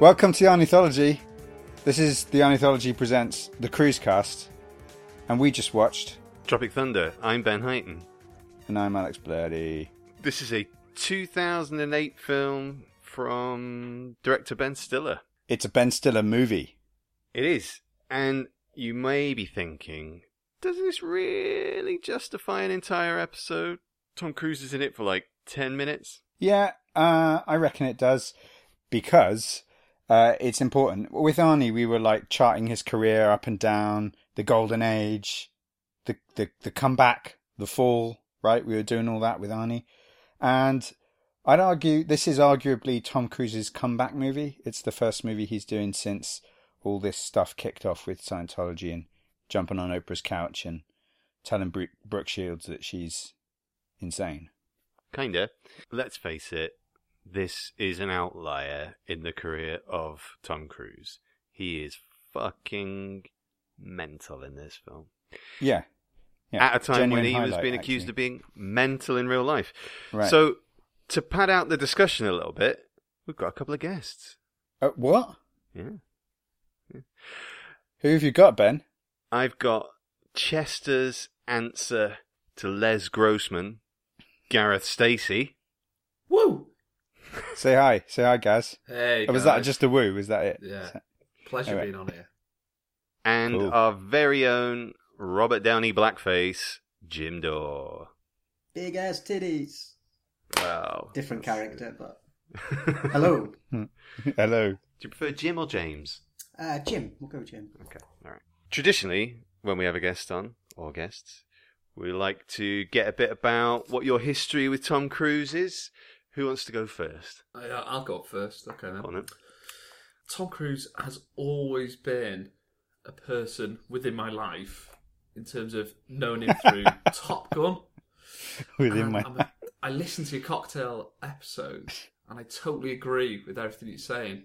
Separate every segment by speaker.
Speaker 1: Welcome to the Ornithology. This is the Ornithology presents the Cruise Cast, and we just watched.
Speaker 2: Tropic Thunder. I'm Ben Heighton.
Speaker 1: And I'm Alex Blurdy.
Speaker 2: This is a 2008 film from director Ben Stiller.
Speaker 1: It's a Ben Stiller movie.
Speaker 2: It is. And you may be thinking, does this really justify an entire episode? Tom Cruise is in it for like 10 minutes.
Speaker 1: Yeah, uh, I reckon it does because uh, it's important. With Arnie, we were like charting his career up and down, the golden age, the the, the comeback, the fall. Right, we were doing all that with Arnie, and I'd argue this is arguably Tom Cruise's comeback movie. It's the first movie he's doing since all this stuff kicked off with Scientology and jumping on Oprah's couch and telling Brooke, Brooke Shields that she's insane.
Speaker 2: Kinda. Let's face it, this is an outlier in the career of Tom Cruise. He is fucking mental in this film.
Speaker 1: Yeah. yeah.
Speaker 2: At a time
Speaker 1: Genuine
Speaker 2: when he was
Speaker 1: highlight,
Speaker 2: being accused
Speaker 1: actually.
Speaker 2: of being mental in real life.
Speaker 1: Right.
Speaker 2: So, to pad out the discussion a little bit, we've got a couple of guests.
Speaker 1: Uh, what?
Speaker 2: Yeah.
Speaker 1: Who have you got, Ben?
Speaker 2: I've got Chester's answer to Les Grossman, Gareth Stacey.
Speaker 3: Woo!
Speaker 1: Say hi. Say hi, Gaz.
Speaker 3: Hey,
Speaker 1: Oh, was that
Speaker 3: guys.
Speaker 1: just a woo? Was that it?
Speaker 3: Yeah. pleasure
Speaker 1: Anyway.
Speaker 3: being on here?
Speaker 2: and
Speaker 1: Cool.
Speaker 2: our very own Robert Downey blackface, Jim Dore.
Speaker 4: Big ass titties.
Speaker 2: Wow.
Speaker 4: Different
Speaker 2: That's-
Speaker 4: character, but hello,
Speaker 1: Hello.
Speaker 2: Do you prefer Jim or James?
Speaker 4: uh, Jim. We'll go Jim.
Speaker 2: Okay, all right. Traditionally, when we have a guest on, or guests, we like to get a bit about what your history with Tom Cruise is. Who wants to go first?
Speaker 3: Oh, yeah, I'll go up first. Okay. Then.
Speaker 2: Go on then.
Speaker 3: Tom Cruise has always been a person within my life in terms of knowing him through Top Gun.
Speaker 1: Within
Speaker 3: And
Speaker 1: my.
Speaker 3: I'm a- I listened to your cocktail episode and I totally agree with everything you're saying.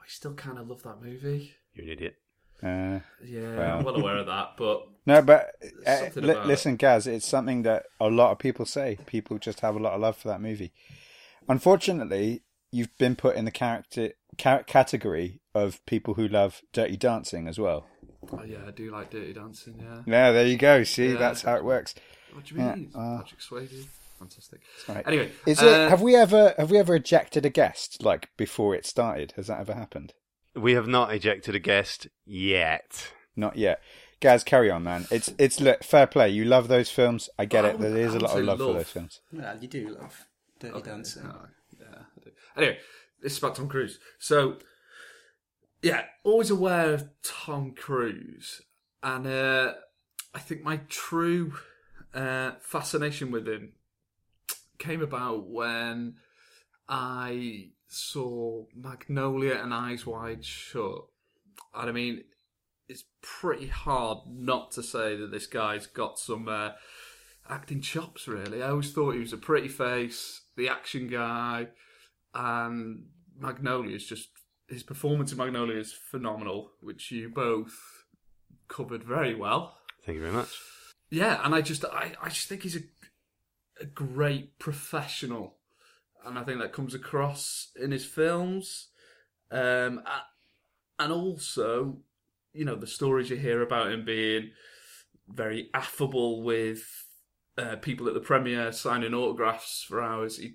Speaker 3: I still kind of love that movie.
Speaker 2: You're an idiot.
Speaker 1: Uh,
Speaker 3: Yeah,
Speaker 1: Wow.
Speaker 3: I'm well aware of that, but
Speaker 1: no, but uh,
Speaker 3: Something
Speaker 1: li-
Speaker 3: about it.
Speaker 1: listen, Gaz, it's something that a lot of people say. People just have a lot of love for that movie. Unfortunately, you've been put in the character ca- category of people who love Dirty Dancing as well.
Speaker 3: oh, yeah, I do like Dirty Dancing. Yeah.
Speaker 1: No, there you go. See,
Speaker 3: Yeah.
Speaker 1: that's how it works.
Speaker 3: What do you mean?
Speaker 1: Yeah, uh,
Speaker 3: Patrick Swayze, fantastic.
Speaker 1: Right.
Speaker 3: Anyway,
Speaker 1: Is
Speaker 3: uh,
Speaker 1: it? Have we ever have we ever ejected a guest like before it started? Has that ever happened?
Speaker 2: We have not ejected a guest yet.
Speaker 1: Not yet. Gaz, carry on, man. It's it's look, fair play. You love those films. I get
Speaker 3: I
Speaker 1: it.
Speaker 3: would-
Speaker 1: There is a
Speaker 3: I
Speaker 1: lot of
Speaker 3: would
Speaker 1: love,
Speaker 3: say
Speaker 1: for
Speaker 3: love.
Speaker 1: those films.
Speaker 4: Well, you do love Dirty
Speaker 3: Okay,
Speaker 4: Dancing.
Speaker 3: alright, uh, yeah, I do. Anyway, this is about Tom Cruise. So, yeah, always aware of Tom Cruise, and uh, I think my true uh, fascination with him came about when I saw Magnolia and Eyes Wide Shut. And I mean, it's pretty hard not to say that this guy's got some uh, acting chops, really. I always thought he was a pretty face, the action guy, and Magnolia is just his performance in Magnolia is phenomenal, which you both covered very well.
Speaker 2: Thank you very much.
Speaker 3: Yeah, and I just I, I just think he's a a great professional, and I think that comes across in his films, um, a- and also you know the stories you hear about him being very affable with uh, people at the premiere, signing autographs for hours. He,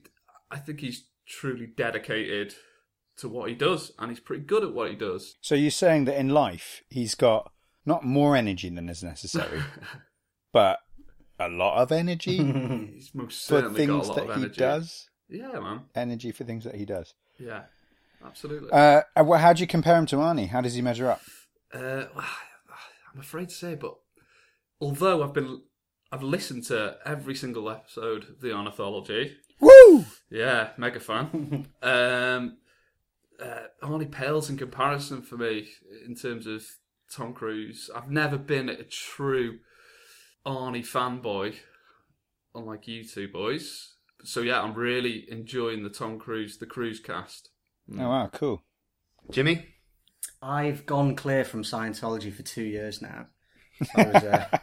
Speaker 3: I think he's truly dedicated to what he does, and he's pretty good at what he does.
Speaker 1: So you're saying that in life he's got not more energy than is necessary, but a lot of energy
Speaker 3: He's most
Speaker 1: Hmm. for
Speaker 3: certainly got a
Speaker 1: things
Speaker 3: lot
Speaker 1: that
Speaker 3: of
Speaker 1: he
Speaker 3: energy.
Speaker 1: does.
Speaker 3: Yeah, man.
Speaker 1: Energy for things that he does.
Speaker 3: Yeah, absolutely.
Speaker 1: Uh, and wha- how do you compare him to Arnie? How does he measure up?
Speaker 3: Uh, I'm afraid to say, but although I've been, I've listened to every single episode of the Ornithology.
Speaker 1: Woo!
Speaker 3: Yeah, mega fan. um, uh, Arnie pales in comparison for me in terms of Tom Cruise. I've never been a true Arnie fanboy, unlike you two boys. So yeah, I'm really enjoying the Tom Cruise, the Cruise cast.
Speaker 1: Oh wow, cool.
Speaker 2: Jimmy?
Speaker 4: I've gone clear from Scientology for two years now. I was uh,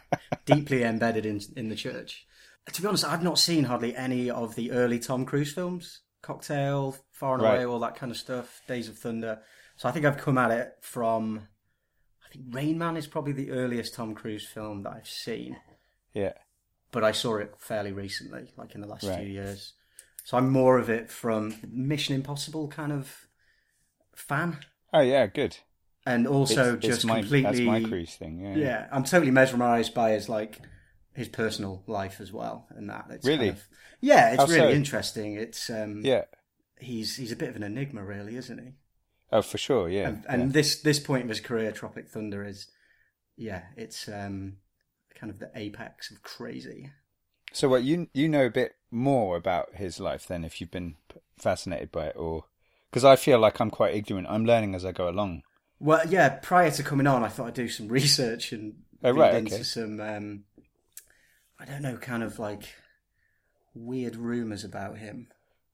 Speaker 4: deeply embedded in in the church. To be honest, I've not seen hardly any of the early Tom Cruise films. Cocktail, Far and
Speaker 1: Right.
Speaker 4: Away, all that kind of stuff, Days of Thunder. So I think I've come at it from. I think Rain Man is probably the earliest Tom Cruise film that I've seen,
Speaker 1: Yeah.
Speaker 4: but I saw it fairly recently, like in the last
Speaker 1: Right.
Speaker 4: few years. So I'm more of it from Mission Impossible kind of fan,
Speaker 1: Oh yeah, good.
Speaker 4: and
Speaker 1: It's-
Speaker 4: also
Speaker 1: it's
Speaker 4: just
Speaker 1: my, that's
Speaker 4: completely
Speaker 1: my cruise thing. Yeah.
Speaker 4: yeah, I'm totally mesmerised by his like his personal life as well, and that it's
Speaker 1: Really?
Speaker 4: kind of, yeah, it's
Speaker 1: How
Speaker 4: really
Speaker 1: so?
Speaker 4: interesting. It's um,
Speaker 1: Yeah.
Speaker 4: he's he's a bit of an enigma, really, isn't he?
Speaker 1: Oh, for sure. Yeah.
Speaker 4: and and this this point of his career, Tropic Thunder is, yeah, it's um, kind of the apex of crazy.
Speaker 1: yeah. So what you you know a bit more about his life then if you've been p- fascinated by it or because I feel like I'm quite ignorant. I'm learning as I go along.
Speaker 4: Well, yeah, prior to coming on, I thought I'd do some research and
Speaker 1: Oh,
Speaker 4: read
Speaker 1: right,
Speaker 4: into
Speaker 1: okay.
Speaker 4: some, um, I don't know, kind of like weird rumours about him.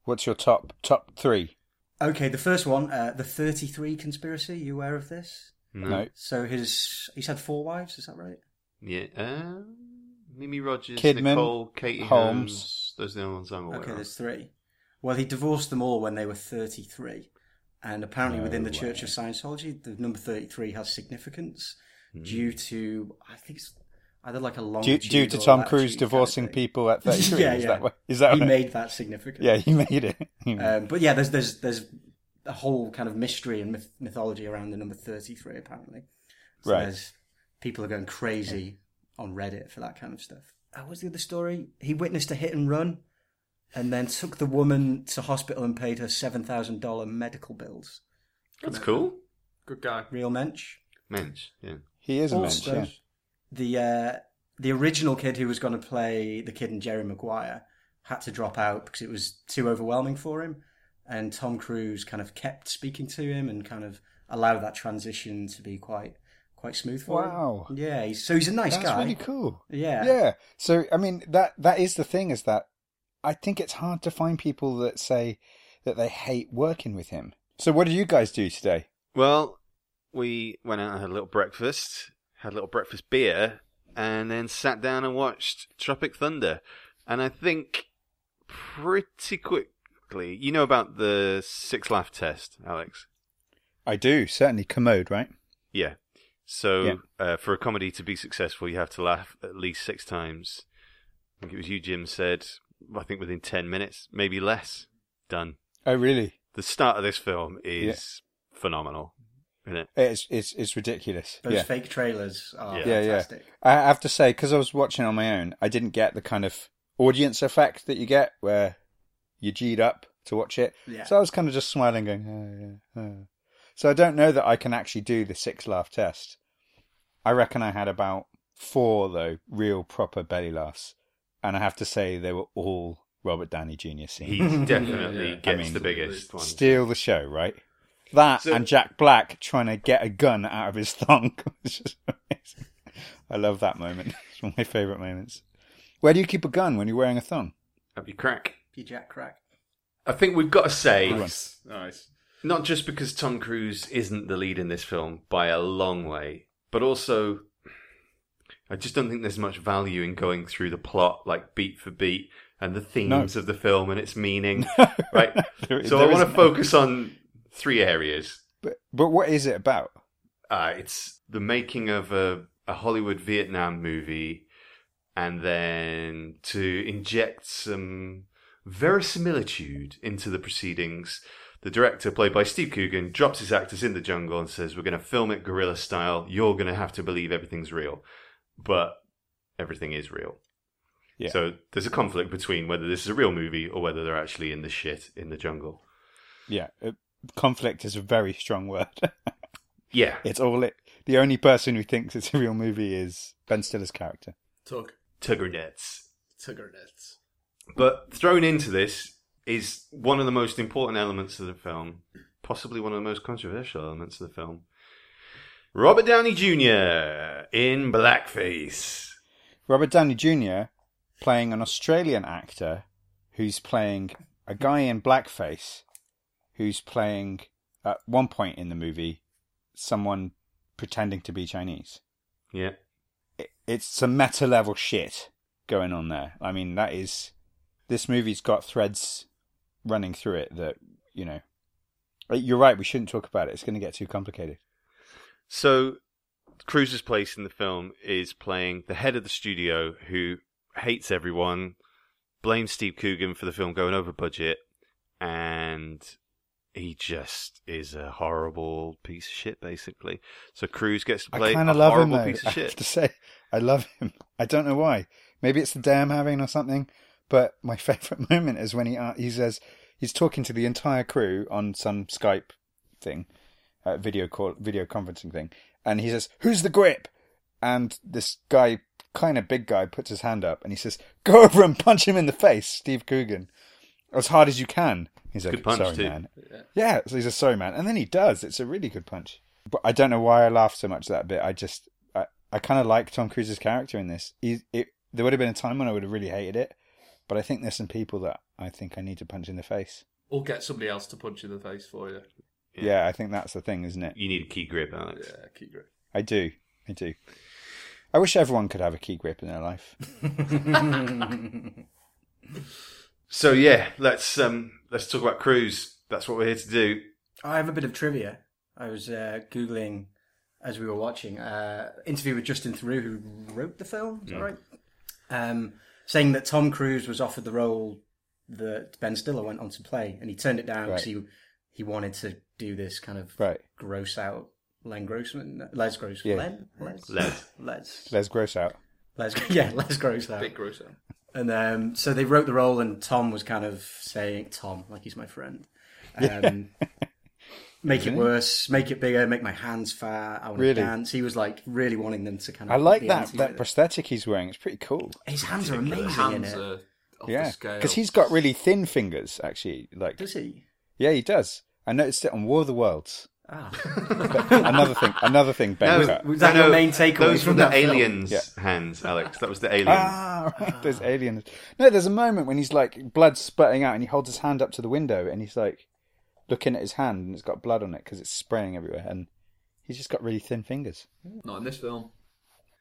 Speaker 1: What's your top top three?
Speaker 4: Okay, the first one, uh, the 33 conspiracy. You aware of this?
Speaker 2: No.
Speaker 1: No.
Speaker 4: So his he's had four wives, is that right?
Speaker 2: Yeah. Um, Mimi Rogers,
Speaker 1: Kidman,
Speaker 2: Nicole, Katie Holmes.
Speaker 1: Holmes.
Speaker 2: Those are the only ones I'm aware
Speaker 4: okay,
Speaker 2: of.
Speaker 4: there's three. Well, he divorced them all when they were 33, and apparently
Speaker 1: No
Speaker 4: within the
Speaker 1: way.
Speaker 4: Church of Scientology, the number 33 has significance due to I think it's either like a long
Speaker 1: Hmm. Due, due to Tom Cruise divorcing people at 33.
Speaker 4: yeah,
Speaker 1: Is
Speaker 4: yeah.
Speaker 1: that what, is that
Speaker 4: he
Speaker 1: what-
Speaker 4: made that significant.
Speaker 1: Yeah, he made it. He made it.
Speaker 4: Um, but yeah, there's there's there's a whole kind of mystery and myth- mythology around the number 33 apparently. So
Speaker 1: Right.
Speaker 4: There's, people are going crazy on Reddit for that kind of stuff. Uh, What was the other story? He witnessed a hit and run, and then took the woman to hospital and paid her seven thousand dollar medical bills.
Speaker 2: That's cool.
Speaker 3: Good guy.
Speaker 4: Real mensch.
Speaker 2: Mensch. Yeah.
Speaker 1: he is a mensch.
Speaker 4: also-
Speaker 1: Yeah.
Speaker 4: The uh, the original kid who was going to play the kid in Jerry Maguire had to drop out because it was too overwhelming for him. And Tom Cruise kind of kept speaking to him and kind of allowed that transition to be quite quite smooth for
Speaker 1: Wow.
Speaker 4: him. Yeah, he's, so he's a nice
Speaker 1: That's
Speaker 4: guy.
Speaker 1: really cool.
Speaker 4: Yeah.
Speaker 1: Yeah. So I mean that that is the thing is that I think it's hard to find people that say that they hate working with him. So what did you guys do today?
Speaker 2: Well, we went out and had a little breakfast, had a little breakfast beer, and then sat down and watched Tropic Thunder. And I think pretty quickly, you know about the six laugh test, Alex?
Speaker 1: I do certainly commode, right?
Speaker 2: Yeah. So
Speaker 1: Yeah.
Speaker 2: Uh, for a comedy to be successful, you have to laugh at least six times. I think it was you, Jim, said, I think within 10 minutes, maybe less. Done.
Speaker 1: Oh, really?
Speaker 2: The start of this film is phenomenal, isn't it?
Speaker 1: It's it's it's ridiculous.
Speaker 4: Those
Speaker 1: yeah.
Speaker 4: fake trailers are
Speaker 2: Yeah.
Speaker 1: Yeah, yeah.
Speaker 4: fantastic.
Speaker 1: I have to say because I was watching on my own, I didn't get the kind of audience effect that you get where you G'd up to watch it.
Speaker 4: Yeah.
Speaker 1: So I was kind of just smiling, going, oh, yeah, oh." so I don't know that I can actually do the six laugh test. I reckon I had about four though, real proper belly laughs, and I have to say they were all Robert Downey Jr.
Speaker 2: He
Speaker 1: scenes.
Speaker 2: definitely
Speaker 3: Yeah, yeah.
Speaker 2: gets
Speaker 1: I mean,
Speaker 2: the biggest one.
Speaker 1: Steal the show, right? That
Speaker 2: So-
Speaker 1: and Jack Black trying to get a gun out of his thong. was just amazing. I love that moment. It's one of my favourite moments. Where do you keep a gun when you're wearing a thong?
Speaker 2: Have you crack?
Speaker 4: You jack crack.
Speaker 2: I think we've got to say,
Speaker 3: Nice. Nice.
Speaker 2: not just because Tom Cruise isn't the lead in this film by a long way, but also I just don't think there's much value in going through the plot like beat for beat and the themes of the film and its meaning. right.
Speaker 1: There-
Speaker 2: So
Speaker 1: there
Speaker 2: I want to
Speaker 1: isn't.
Speaker 2: focus on three areas.
Speaker 1: But, but what is it about?
Speaker 2: Uh, it's the making of a, a Hollywood Vietnam movie, and then to inject some verisimilitude into the proceedings. The director, played by Steve Coogan, drops his actors in the jungle and says, We're going to film it guerrilla style. You're going to have to believe everything's real. But everything is real.
Speaker 1: Yeah.
Speaker 2: So there's a conflict between whether this is a real movie or whether they're actually in the shit in the jungle.
Speaker 1: Yeah, uh, conflict is a very strong word.
Speaker 2: Yeah.
Speaker 1: it's all it. The only person who thinks it's a real movie is Ben Stiller's character.
Speaker 3: Tug.
Speaker 2: Tugger nets.
Speaker 3: Tugger nets.
Speaker 2: But thrown into this is one of the most important elements of the film, possibly one of the most controversial elements of the film. Robert Downey Jr. in blackface.
Speaker 1: Robert Downey Jr. playing an Australian actor who's playing a guy in blackface who's playing at one point in the movie someone pretending to be Chinese.
Speaker 2: Yeah.
Speaker 1: It- It's some meta level shit going on there. I mean, that is this movie's got threads running through it that you know you're right. We shouldn't talk about it. It's going to get too complicated.
Speaker 2: So, Cruz's place in the film is playing the head of the studio who hates everyone, blames Steve Coogan for the film going over budget, and he just is a horrible piece of shit, basically. So, Cruz gets to
Speaker 1: I
Speaker 2: play a
Speaker 1: kind of love him
Speaker 2: horrible
Speaker 1: though.
Speaker 2: piece
Speaker 1: I
Speaker 2: of
Speaker 1: have to
Speaker 2: shit.
Speaker 1: say, I love him. I don't know why. Maybe it's the day I'm having or something. But my favorite moment is when he a- he says he's talking to the entire crew on some Skype thing, uh, video call, video conferencing thing, and he says, "Who's the grip?" And this guy, kind of big guy, puts his hand up and he says, "Go over and punch him in the face, Steve Coogan, as hard as you can." He's like,
Speaker 2: Good punch,
Speaker 1: "Sorry,
Speaker 2: too."
Speaker 1: man." Yeah, so he says, "Sorry, man," and then he does. It's a really good punch. But I don't know why I laughed so much at that bit. I just, I, I kind of like Tom Cruise's character in this. He, it, there would have been a time when I would have really hated it, but I think there's some people that I think I need to punch in the face.
Speaker 3: Or get somebody else to punch you in the face for you.
Speaker 2: Yeah.
Speaker 1: Yeah, I think that's the thing, isn't it?
Speaker 2: You need a key grip, Alex.
Speaker 3: Yeah, keep grip.
Speaker 1: I do, I do. I wish everyone could have a key grip in their life.
Speaker 2: So, yeah, let's um, let's talk about Cruz. That's what we're here to do.
Speaker 4: I have a bit of trivia. I was uh, googling as we were watching uh, interview with Justin Theroux, who wrote the film.
Speaker 1: Mm.
Speaker 4: Is that right? Um, saying that Tom Cruise was offered the role that Ben Stiller went on to play, and he turned it down because
Speaker 1: Right.
Speaker 4: he he wanted to do this kind of
Speaker 1: Right,
Speaker 4: gross out Len Grossman, Les Grossman,
Speaker 1: Yeah.
Speaker 4: Len, Les,
Speaker 2: Les.
Speaker 4: Les,
Speaker 1: Les Gross out.
Speaker 4: Les, yeah, Les Gross out.
Speaker 3: Big Grosso.
Speaker 4: And um, so they wrote the role, and Tom was kind of saying, Tom, like he's my friend. Um, make it worse, make it bigger, make my hands fat, I want
Speaker 1: Really?
Speaker 4: to dance. He was like really wanting them to kind of.
Speaker 1: I like
Speaker 4: be
Speaker 1: that
Speaker 4: anti-
Speaker 1: that prosthetic he's wearing. It's pretty cool.
Speaker 4: His hands are amazing
Speaker 3: Hands
Speaker 4: in it.
Speaker 3: are off the
Speaker 1: Yeah,
Speaker 3: scale.
Speaker 1: because he's got really thin fingers. Actually, like
Speaker 4: Does he?
Speaker 1: yeah, he does. I noticed it on War of the Worlds.
Speaker 4: Ah.
Speaker 1: another thing, another thing, Ben cut.
Speaker 4: Was that your main takeaway
Speaker 2: Those
Speaker 4: from
Speaker 2: were the
Speaker 4: that film?
Speaker 2: aliens' hands, Alex. That was the alien.
Speaker 1: Ah, right, those aliens. No, there's a moment when he's like blood spurting out, and he holds his hand up to the window, and he's like looking at his hand, and it's got blood on it because it's spraying everywhere, and he's just got really thin fingers.
Speaker 3: Not in this film.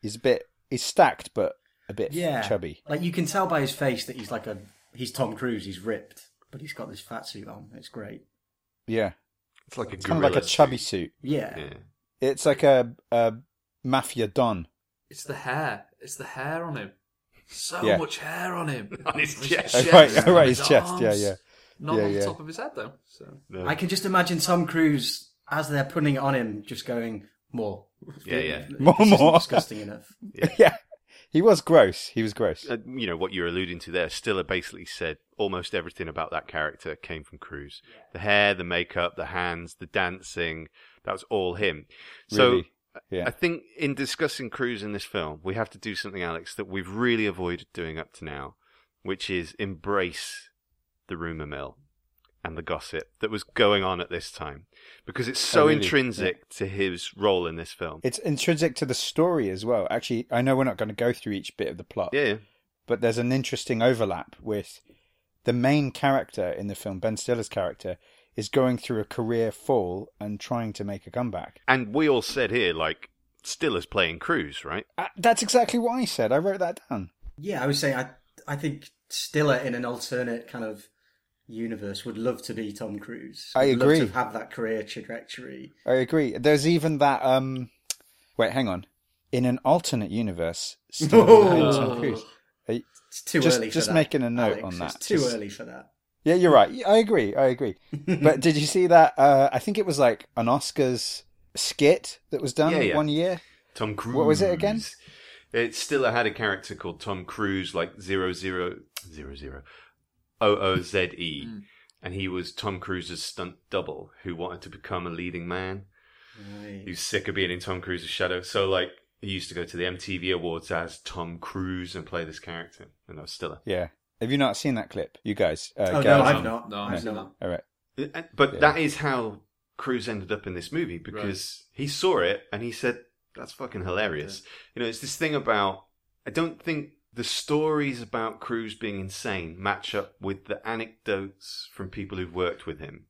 Speaker 1: He's a bit, he's stacked, but a bit
Speaker 4: Yeah.
Speaker 1: chubby.
Speaker 4: Like you can tell by his face that he's like a. He's Tom Cruise, he's ripped, but he's got this fat suit on. It's great.
Speaker 1: Yeah,
Speaker 2: it's like a
Speaker 1: kind of like a
Speaker 2: gorilla
Speaker 1: chubby
Speaker 2: suit.
Speaker 1: suit.
Speaker 4: Yeah.
Speaker 2: Yeah.
Speaker 1: It's like a, a mafia don.
Speaker 3: It's the hair. It's the hair on him. So
Speaker 1: Yeah.
Speaker 3: much hair on him.
Speaker 2: On his chest.
Speaker 1: Oh, right, oh,
Speaker 3: on
Speaker 1: right, his chest,
Speaker 3: arms.
Speaker 1: yeah, yeah.
Speaker 3: Not
Speaker 1: Yeah,
Speaker 3: on the
Speaker 1: yeah.
Speaker 3: top of his head though. So
Speaker 2: No.
Speaker 4: I can just imagine Tom Cruise as they're putting it on him, just going more.
Speaker 2: Yeah, yeah.
Speaker 4: This
Speaker 1: More,
Speaker 4: isn't
Speaker 1: more.
Speaker 4: Disgusting enough.
Speaker 1: Yeah. he was gross. He was gross.
Speaker 2: uh, you know what you're alluding to there. Stiller basically said almost everything about that character came from Cruz. The hair, the makeup, the hands, the dancing. That was all him. So
Speaker 1: Really. Yeah.
Speaker 2: I think in discussing Cruz in this film, we have to do something, Alex, that we've really avoided doing up to now, which is embrace the rumor mill and the gossip that was going on at this time, because it's so
Speaker 1: Oh, really?
Speaker 2: intrinsic to his role in this film.
Speaker 1: It's intrinsic to the story as well. Actually, I know we're not going to go through each bit of the plot.
Speaker 2: yeah. yeah.
Speaker 1: but there's an interesting overlap with the main character in the film, Ben Stiller's character, is going through a career fall and trying to make a comeback.
Speaker 2: And we all said here, like, Stiller's playing Cruz, right?
Speaker 1: Uh, that's exactly what I said. I wrote that down.
Speaker 4: Yeah, I was saying I I think Stiller in an alternate kind of universe would love to be Tom Cruise.
Speaker 1: I
Speaker 4: Would
Speaker 1: agree.
Speaker 4: Love to have that career trajectory.
Speaker 1: I agree. There's even that. Um, wait, hang on. In an alternate universe, Stiller
Speaker 4: Whoa.
Speaker 1: played Tom Cruise. Uh,
Speaker 4: It's too
Speaker 1: Just-
Speaker 4: early.
Speaker 1: just
Speaker 4: for that,
Speaker 1: making a note
Speaker 4: Alex.
Speaker 1: on that.
Speaker 4: It's too
Speaker 1: Just-
Speaker 4: early for that.
Speaker 1: Yeah, you're right. Yeah, I agree. I agree. but did you see that? Uh, I think it was like an Oscars skit that was done
Speaker 2: Yeah, yeah.
Speaker 1: one year.
Speaker 2: Tom Cruise.
Speaker 1: What was it again?
Speaker 2: It still had a character called Tom Cruise, like zero zero zero zero O O Z E,
Speaker 1: Hmm.
Speaker 2: and he was Tom Cruise's stunt double who wanted to become a leading man. He was sick of being in Tom Cruise's shadow, so like he used to go to the MTV Awards as Tom Cruise and play this character, and that was Stiller.
Speaker 1: Yeah. Have you not seen that clip, you guys? Uh,
Speaker 4: Oh no,
Speaker 1: Gareth?
Speaker 4: I've not.
Speaker 3: No, I
Speaker 4: I've
Speaker 3: haven't
Speaker 4: not.
Speaker 1: All right.
Speaker 2: And- But
Speaker 1: Yeah.
Speaker 2: that is how Cruise ended up in this movie because he saw it and he said, "That's fucking hilarious." You know, it's this thing about I don't think the stories about Cruise being insane match up with the anecdotes from people who've worked with him.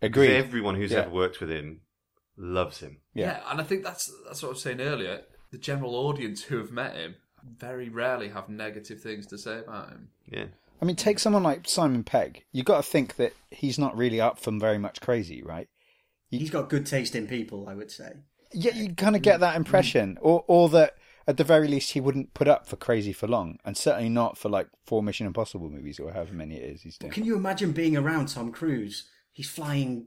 Speaker 2: Because
Speaker 1: Agreed.
Speaker 2: Everyone who's
Speaker 1: Yeah.
Speaker 2: ever worked with him loves him.
Speaker 3: yeah.
Speaker 1: yeah.
Speaker 3: and I think that's that's what I was saying earlier. The general audience who have met him very rarely have negative things to say about him.
Speaker 2: Yeah,
Speaker 1: I mean, take someone like Simon Pegg. You got to think that he's not really up from very much crazy, right?
Speaker 4: He's got good taste in people, I would say.
Speaker 1: Yeah, you kind of get that impression, or or that at the very least he wouldn't put up for crazy for long, and certainly not for like four Mission Impossible movies or however many it is he's doing.
Speaker 4: Can you imagine being around Tom Cruise? He's flying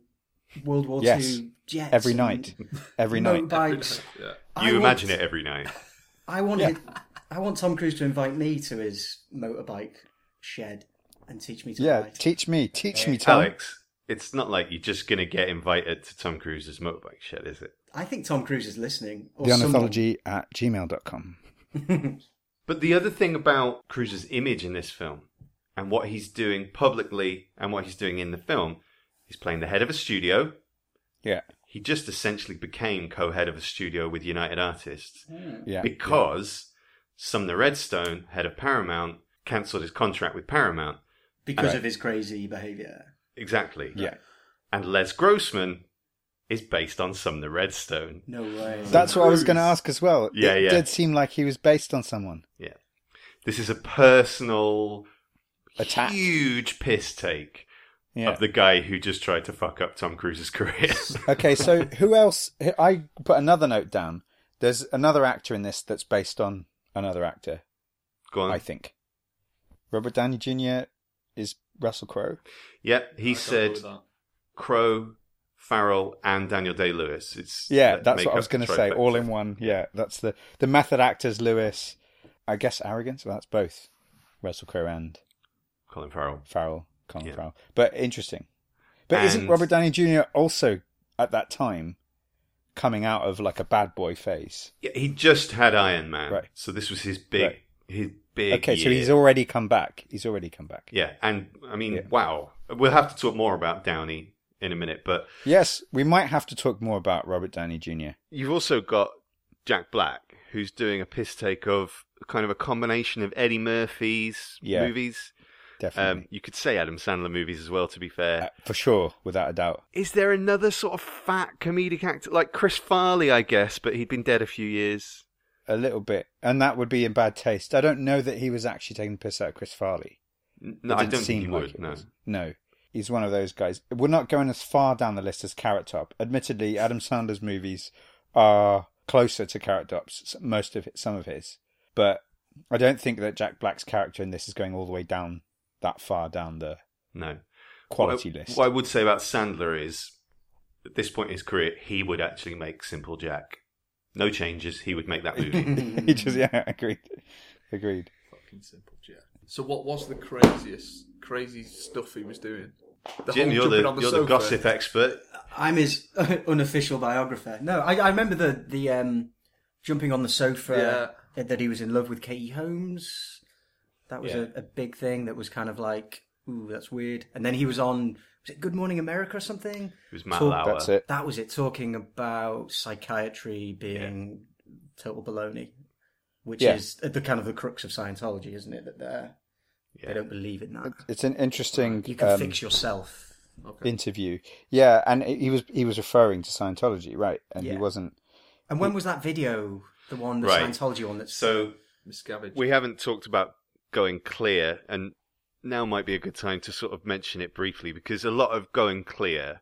Speaker 4: World War
Speaker 1: Yes.
Speaker 4: II jets
Speaker 1: every
Speaker 4: and
Speaker 1: night, every night.
Speaker 4: motorbikes.
Speaker 3: Yeah.
Speaker 2: You
Speaker 4: I
Speaker 2: imagine
Speaker 4: want-
Speaker 2: it every night.
Speaker 4: I want it, I want Tom Cruise to invite me to his motorbike shed and teach me to
Speaker 1: Yeah,
Speaker 4: ride.
Speaker 1: teach me, teach me, Tom.
Speaker 2: Alex, it's not like you're just going to get invited to Tom Cruise's motorbike shed, is it?
Speaker 4: I think Tom Cruise is listening. Or
Speaker 1: The
Speaker 4: someone.
Speaker 1: Ornithology at gmail.com.
Speaker 2: But the other thing about Cruise's image in this film and what he's doing publicly and what he's doing in the film, he's playing the head of a studio.
Speaker 1: Yeah,
Speaker 2: He just essentially became co head of a studio with United Artists
Speaker 1: yeah.
Speaker 2: because Sumner Redstone, head of Paramount, cancelled his contract with Paramount.
Speaker 4: because
Speaker 1: Right.
Speaker 4: of his crazy behavior.
Speaker 2: Exactly.
Speaker 1: Yeah.
Speaker 2: And Les Grossman is based on Sumner Redstone.
Speaker 4: No way.
Speaker 1: That's what I was going to ask as well.
Speaker 2: Yeah,
Speaker 1: it
Speaker 2: yeah.
Speaker 1: did seem like he was based on someone.
Speaker 2: Yeah. This is a personal,
Speaker 1: Attack.
Speaker 2: huge piss take
Speaker 1: Yeah.
Speaker 2: of the guy who just tried to fuck up Tom Cruise's career.
Speaker 1: okay, so who else? I put another note down. There's another actor in this that's based on another actor,
Speaker 2: Go on.
Speaker 1: I think. Robert Downey Jr. is Russell Crowe.
Speaker 2: Yep, he
Speaker 3: I can't go
Speaker 2: said
Speaker 3: with that.
Speaker 2: Crow, Farrell, and Daniel Day Lewis. It's
Speaker 1: Yeah,
Speaker 2: that
Speaker 1: that's what
Speaker 2: makeup
Speaker 1: I was going to say.
Speaker 2: trifecta.
Speaker 1: All in one. Yeah, that's the the method actors Lewis. I guess arrogance. Well, that's both Russell Crowe and
Speaker 2: Colin Farrell.
Speaker 1: Farrell, Colin
Speaker 2: Yeah.
Speaker 1: Farrell. But interesting. But isn't
Speaker 2: And-
Speaker 1: Robert Downey Jr. also at that time coming out of like a bad boy phase?
Speaker 2: Yeah, he just had Iron Man,
Speaker 1: Right.
Speaker 2: so this was his big,
Speaker 1: Right.
Speaker 2: his big.
Speaker 1: okay, so
Speaker 2: year.
Speaker 1: he's already come back. He's already come back.
Speaker 2: Yeah, and I mean,
Speaker 1: Yeah.
Speaker 2: wow. We'll have to talk more about Downey in a minute, but
Speaker 1: Yes, we might have to talk more about Robert Downey Jr.
Speaker 2: you've also got Jack Black, who's doing a piss take of kind of a combination of Eddie Murphy's
Speaker 1: Yeah.
Speaker 2: movies.
Speaker 1: Definitely.
Speaker 2: Um, you could say Adam Sandler movies as well, to be fair.
Speaker 1: Uh, for sure, without a doubt.
Speaker 2: is there another sort of fat comedic actor like Chris Farley, I guess, but he'd been dead a few years.
Speaker 1: A little bit. And that would be in bad taste. I don't know that he was actually taking the piss out of Chris Farley.
Speaker 2: N- No,
Speaker 1: It
Speaker 2: I
Speaker 1: didn't
Speaker 2: don't think he
Speaker 1: seem like
Speaker 2: would.
Speaker 1: it
Speaker 2: No,
Speaker 1: was. No. He's one of those guys. We're not going as far down the list as Carrot Top. Admittedly, Adam Sandler's movies are closer to Carrot Top's, s- most of it, some of his. But I don't think that Jack Black's character in this is going all the way down that far down the
Speaker 2: no.
Speaker 1: quality
Speaker 2: what I,
Speaker 1: list.
Speaker 2: What I would say about Sandler is, at this point in his career, he would actually make Simple Jack. No changes. He would make that movie.
Speaker 1: he just, yeah, agreed. Agreed.
Speaker 3: Fucking simple, yeah. So what was the craziest, crazy stuff he was doing? The
Speaker 2: Jim,
Speaker 3: whole
Speaker 2: you're
Speaker 3: jumping
Speaker 2: the,
Speaker 3: on
Speaker 2: you're the
Speaker 3: sofa.
Speaker 2: gossip expert.
Speaker 4: I'm his unofficial biographer. No, I, I remember the the um, jumping on the sofa that, that he was in love with Katie Holmes. That was a, a big thing. That was kind of like, ooh, that's weird. And then he was on was it Good Morning America or something?
Speaker 2: It was Matt
Speaker 4: Talk-
Speaker 2: Lauer.
Speaker 1: That's it.
Speaker 4: That was it. Talking about psychiatry being total baloney, which
Speaker 1: Yeah.
Speaker 4: is the kind of the crux of Scientology, isn't it? That they're,
Speaker 2: Yeah.
Speaker 4: they don't believe in that.
Speaker 1: It's an interesting
Speaker 4: You can
Speaker 1: um,
Speaker 4: fix yourself.
Speaker 3: Okay.
Speaker 1: interview. Yeah, and he was he was referring to Scientology, right? And he
Speaker 4: Yeah.
Speaker 1: wasn't.
Speaker 4: And when was that video? The one, the
Speaker 2: Right.
Speaker 4: Scientology one. That's
Speaker 2: So
Speaker 3: Miscavige.
Speaker 2: we haven't talked about going clear, and now might be a good time to sort of mention it briefly because a lot of going clear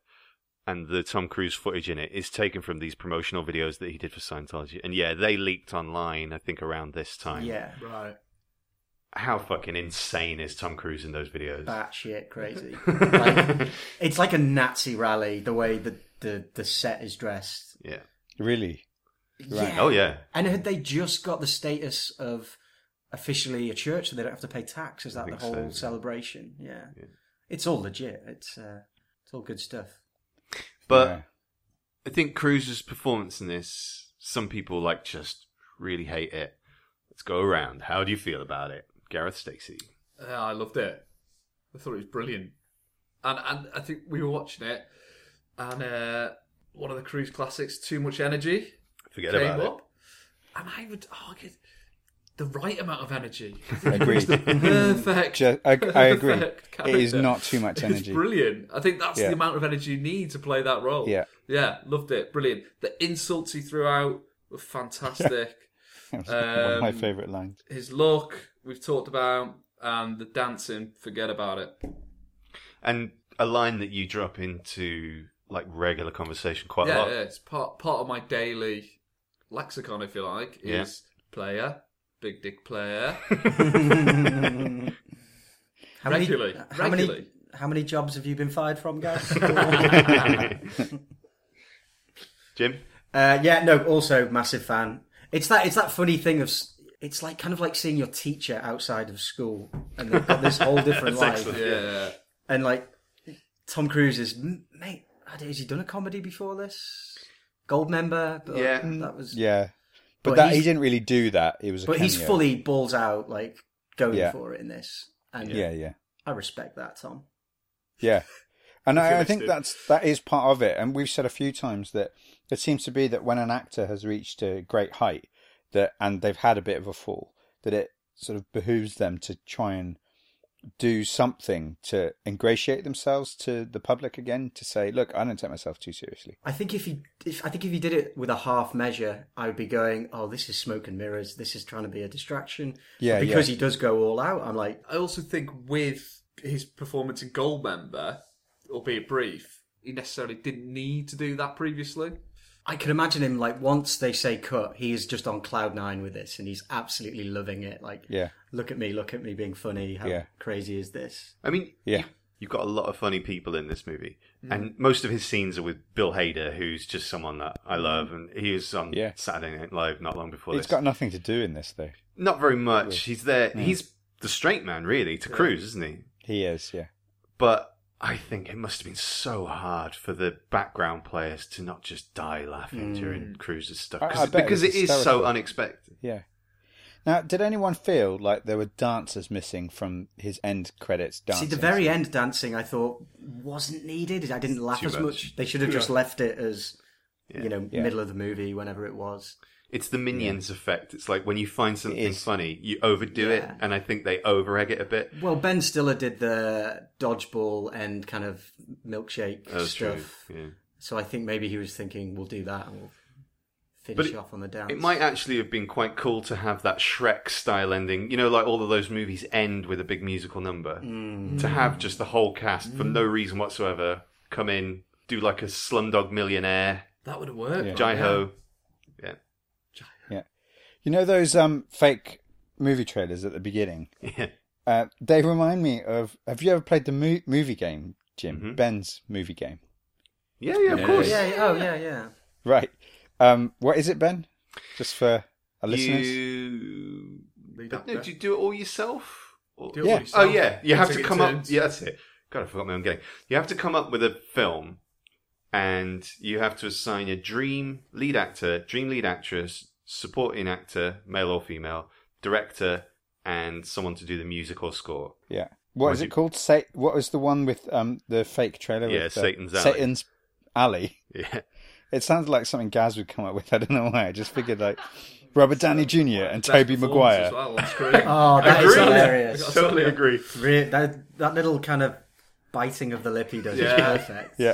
Speaker 2: and the Tom Cruise footage in it is taken from these promotional videos that he did for Scientology. And yeah, they leaked online, I think, around this time.
Speaker 4: yeah,
Speaker 3: Right.
Speaker 2: How fucking insane is Tom Cruise in those videos?
Speaker 4: batshit crazy. like, it's like a Nazi rally. The way the the, the set is dressed.
Speaker 2: yeah.
Speaker 1: Really? Right.
Speaker 2: Oh, yeah.
Speaker 4: And had they just got the status of officially a church, so they don't have to pay tax? Is
Speaker 2: I
Speaker 4: that the
Speaker 2: think so,
Speaker 4: whole
Speaker 2: yeah.
Speaker 4: celebration? Yeah.
Speaker 2: Yeah.
Speaker 4: it's all legit. It's uh, it's all good stuff.
Speaker 2: But
Speaker 1: Yeah.
Speaker 2: I think Cruise's performance in this, some people like just really hate it. Let's go around. How do you feel about it? Gareth Stacey.
Speaker 3: Uh, I loved it. I thought it was brilliant. And and I think we were watching it, and uh, one of the cruise classics, Too Much Energy,
Speaker 2: Forget
Speaker 3: came
Speaker 2: about it.
Speaker 3: up. And I would argue the right amount of energy.
Speaker 1: agreed.
Speaker 3: Perfect.
Speaker 1: Mm-hmm. Ju- I, I agree.
Speaker 3: Perfect
Speaker 1: It is
Speaker 3: character.
Speaker 1: not too much
Speaker 3: It's
Speaker 1: energy.
Speaker 3: brilliant. I think that's
Speaker 1: Yeah.
Speaker 3: the amount of energy you need to play that role.
Speaker 1: Yeah.
Speaker 3: Yeah, loved it. Brilliant. The insults he threw out were fantastic.
Speaker 1: One of my
Speaker 3: Um,
Speaker 1: favorite lines.
Speaker 3: His look, we've talked about. and the dancing, forget about it.
Speaker 2: And a line that you drop into like regular conversation quite a
Speaker 3: yeah,
Speaker 2: lot.
Speaker 3: yeah, it's part part of my daily lexicon, if you like,
Speaker 2: Yeah.
Speaker 3: is player, big dick player.
Speaker 4: How
Speaker 3: Regularly,
Speaker 4: Many, uh, How many,
Speaker 3: regularly.
Speaker 4: how many jobs have you been fired from, guys?
Speaker 2: Jim?
Speaker 4: Uh, yeah, no. Also, massive fan. It's that. It's that funny thing of. s- It's like kind of like seeing your teacher outside of school, and they've got this whole different life.
Speaker 2: excellent.
Speaker 3: yeah,
Speaker 4: And like, Tom Cruise is "M- mate. I don't- Has he done a comedy before this? Gold member. But
Speaker 2: Yeah.
Speaker 4: that was.
Speaker 1: Yeah. But,
Speaker 4: But
Speaker 1: that he
Speaker 4: he's-
Speaker 1: didn't really do that. It was a
Speaker 4: but he's
Speaker 1: cameo.
Speaker 4: fully balls out, like going
Speaker 1: Yeah.
Speaker 4: for it in this, and
Speaker 1: Yeah, yeah.
Speaker 4: I respect that, Tom.
Speaker 1: Yeah. And I, I
Speaker 2: honest,
Speaker 1: think
Speaker 2: it-
Speaker 1: that's that is part of it. And we've said a few times that it seems to be that when an actor has reached a great height that and they've had a bit of a fall, that it sort of behooves them to try and do something to ingratiate themselves to the public again, to say, Look, I don't take myself too seriously.
Speaker 4: I think if he, if I think if he did it with a half measure, I would be going, "Oh, this is smoke and mirrors. This is trying to be a distraction."
Speaker 1: Yeah,
Speaker 4: But
Speaker 1: yeah.
Speaker 4: because he does go all out, I'm like,
Speaker 3: I also think with his performance in Goldmember, albeit brief, he necessarily didn't need to do that previously.
Speaker 4: I can imagine him like once they say cut, he is just on cloud nine with this, and he's absolutely loving it. Like,
Speaker 1: Yeah.
Speaker 4: look at me, look at me being funny. How
Speaker 1: Yeah.
Speaker 4: crazy is this?
Speaker 2: I mean,
Speaker 1: Yeah.
Speaker 2: you- you've got a lot of funny people in this movie,
Speaker 3: Mm-hmm.
Speaker 2: and most of his scenes are with Bill Hader, who's just someone that I
Speaker 3: Mm-hmm.
Speaker 2: love, and he was on
Speaker 1: Yeah.
Speaker 2: Saturday Night Live not long before
Speaker 1: It's
Speaker 2: this.
Speaker 1: got nothing to do in this though.
Speaker 2: not very much. He's there. He's the straight man, really, to Cruise, isn't he?
Speaker 1: He is, yeah.
Speaker 2: But I think it must have been so hard for the background players to not just die laughing during Cruise's stuff
Speaker 1: Hmm. I- I
Speaker 2: 'cause-
Speaker 1: bet it
Speaker 2: because
Speaker 1: was
Speaker 2: it is so
Speaker 1: hysterical.
Speaker 2: unexpected.
Speaker 1: Yeah. Now, did anyone feel like there were dancers missing from his end credits dance?
Speaker 4: See, the very end dancing, I thought wasn't needed. I didn't laugh
Speaker 2: Too
Speaker 4: as
Speaker 2: much.
Speaker 4: much. They should have just left it as you know
Speaker 1: Yeah.
Speaker 4: middle of the movie, whenever it was.
Speaker 2: It's the minions effect. It's like when you find something
Speaker 1: is.
Speaker 2: funny, you overdo it,
Speaker 4: Yeah.
Speaker 2: and I think they over egg it a bit.
Speaker 4: Well, Ben Stiller did the dodgeball and kind of milkshake
Speaker 2: That's
Speaker 4: stuff,
Speaker 2: true. Yeah.
Speaker 4: so I think maybe he was thinking we'll do that and we'll
Speaker 2: But
Speaker 4: finish
Speaker 2: it-
Speaker 4: off on the dance.
Speaker 2: It might actually have been quite cool to have that Shrek style ending. You know, like all of those movies end with a big musical number.
Speaker 1: Hmm.
Speaker 2: To have just the whole cast for no reason whatsoever come in, do like a Slumdog Millionaire,
Speaker 3: That would have worked.
Speaker 1: Yeah.
Speaker 3: right?
Speaker 2: Jai Ho.
Speaker 1: You know those um fake movie trailers at the beginning.
Speaker 2: Yeah.
Speaker 1: Uh, they remind me of. Have you ever played the mo- movie game, Jim?
Speaker 2: Mhm.
Speaker 1: Ben's movie game.
Speaker 2: Yeah, yeah, of course.
Speaker 4: yeah, yeah, oh yeah, yeah.
Speaker 1: Right. Um, what is it, Ben? Just for our listeners.
Speaker 2: You...
Speaker 3: Lead
Speaker 2: But
Speaker 3: actor.
Speaker 2: no, do you do it all yourself? Or-
Speaker 3: Do it all
Speaker 1: Yeah.
Speaker 2: Oh
Speaker 3: yourself.
Speaker 2: yeah, you have
Speaker 3: Take
Speaker 2: to
Speaker 3: it
Speaker 2: come up.
Speaker 3: turns.
Speaker 2: Yeah, that's it. God, I forgot my own game. You have to come up with a film, and you have to assign a dream lead actor, dream lead actress, supporting actor, male or female, director, and someone to do the music or score.
Speaker 1: Yeah. What is
Speaker 2: Would
Speaker 1: it
Speaker 2: you-
Speaker 1: called? Sa- what was the one with um the fake trailer?
Speaker 2: Yeah,
Speaker 1: with, uh,
Speaker 2: Satan's Alley.
Speaker 1: Satan's Alley.
Speaker 2: Yeah,
Speaker 1: It sounds like something Gaz would come up with. I don't know why. I just figured like Robert Downey Jr. and
Speaker 3: Best
Speaker 1: Toby
Speaker 3: performance
Speaker 1: Maguire.
Speaker 3: as well on screen.
Speaker 4: Oh, that is
Speaker 2: Agreed.
Speaker 4: hilarious.
Speaker 2: totally agree.
Speaker 4: Re- that that little kind of biting of the lip he does
Speaker 3: Yeah.
Speaker 4: is perfect.
Speaker 1: Yeah.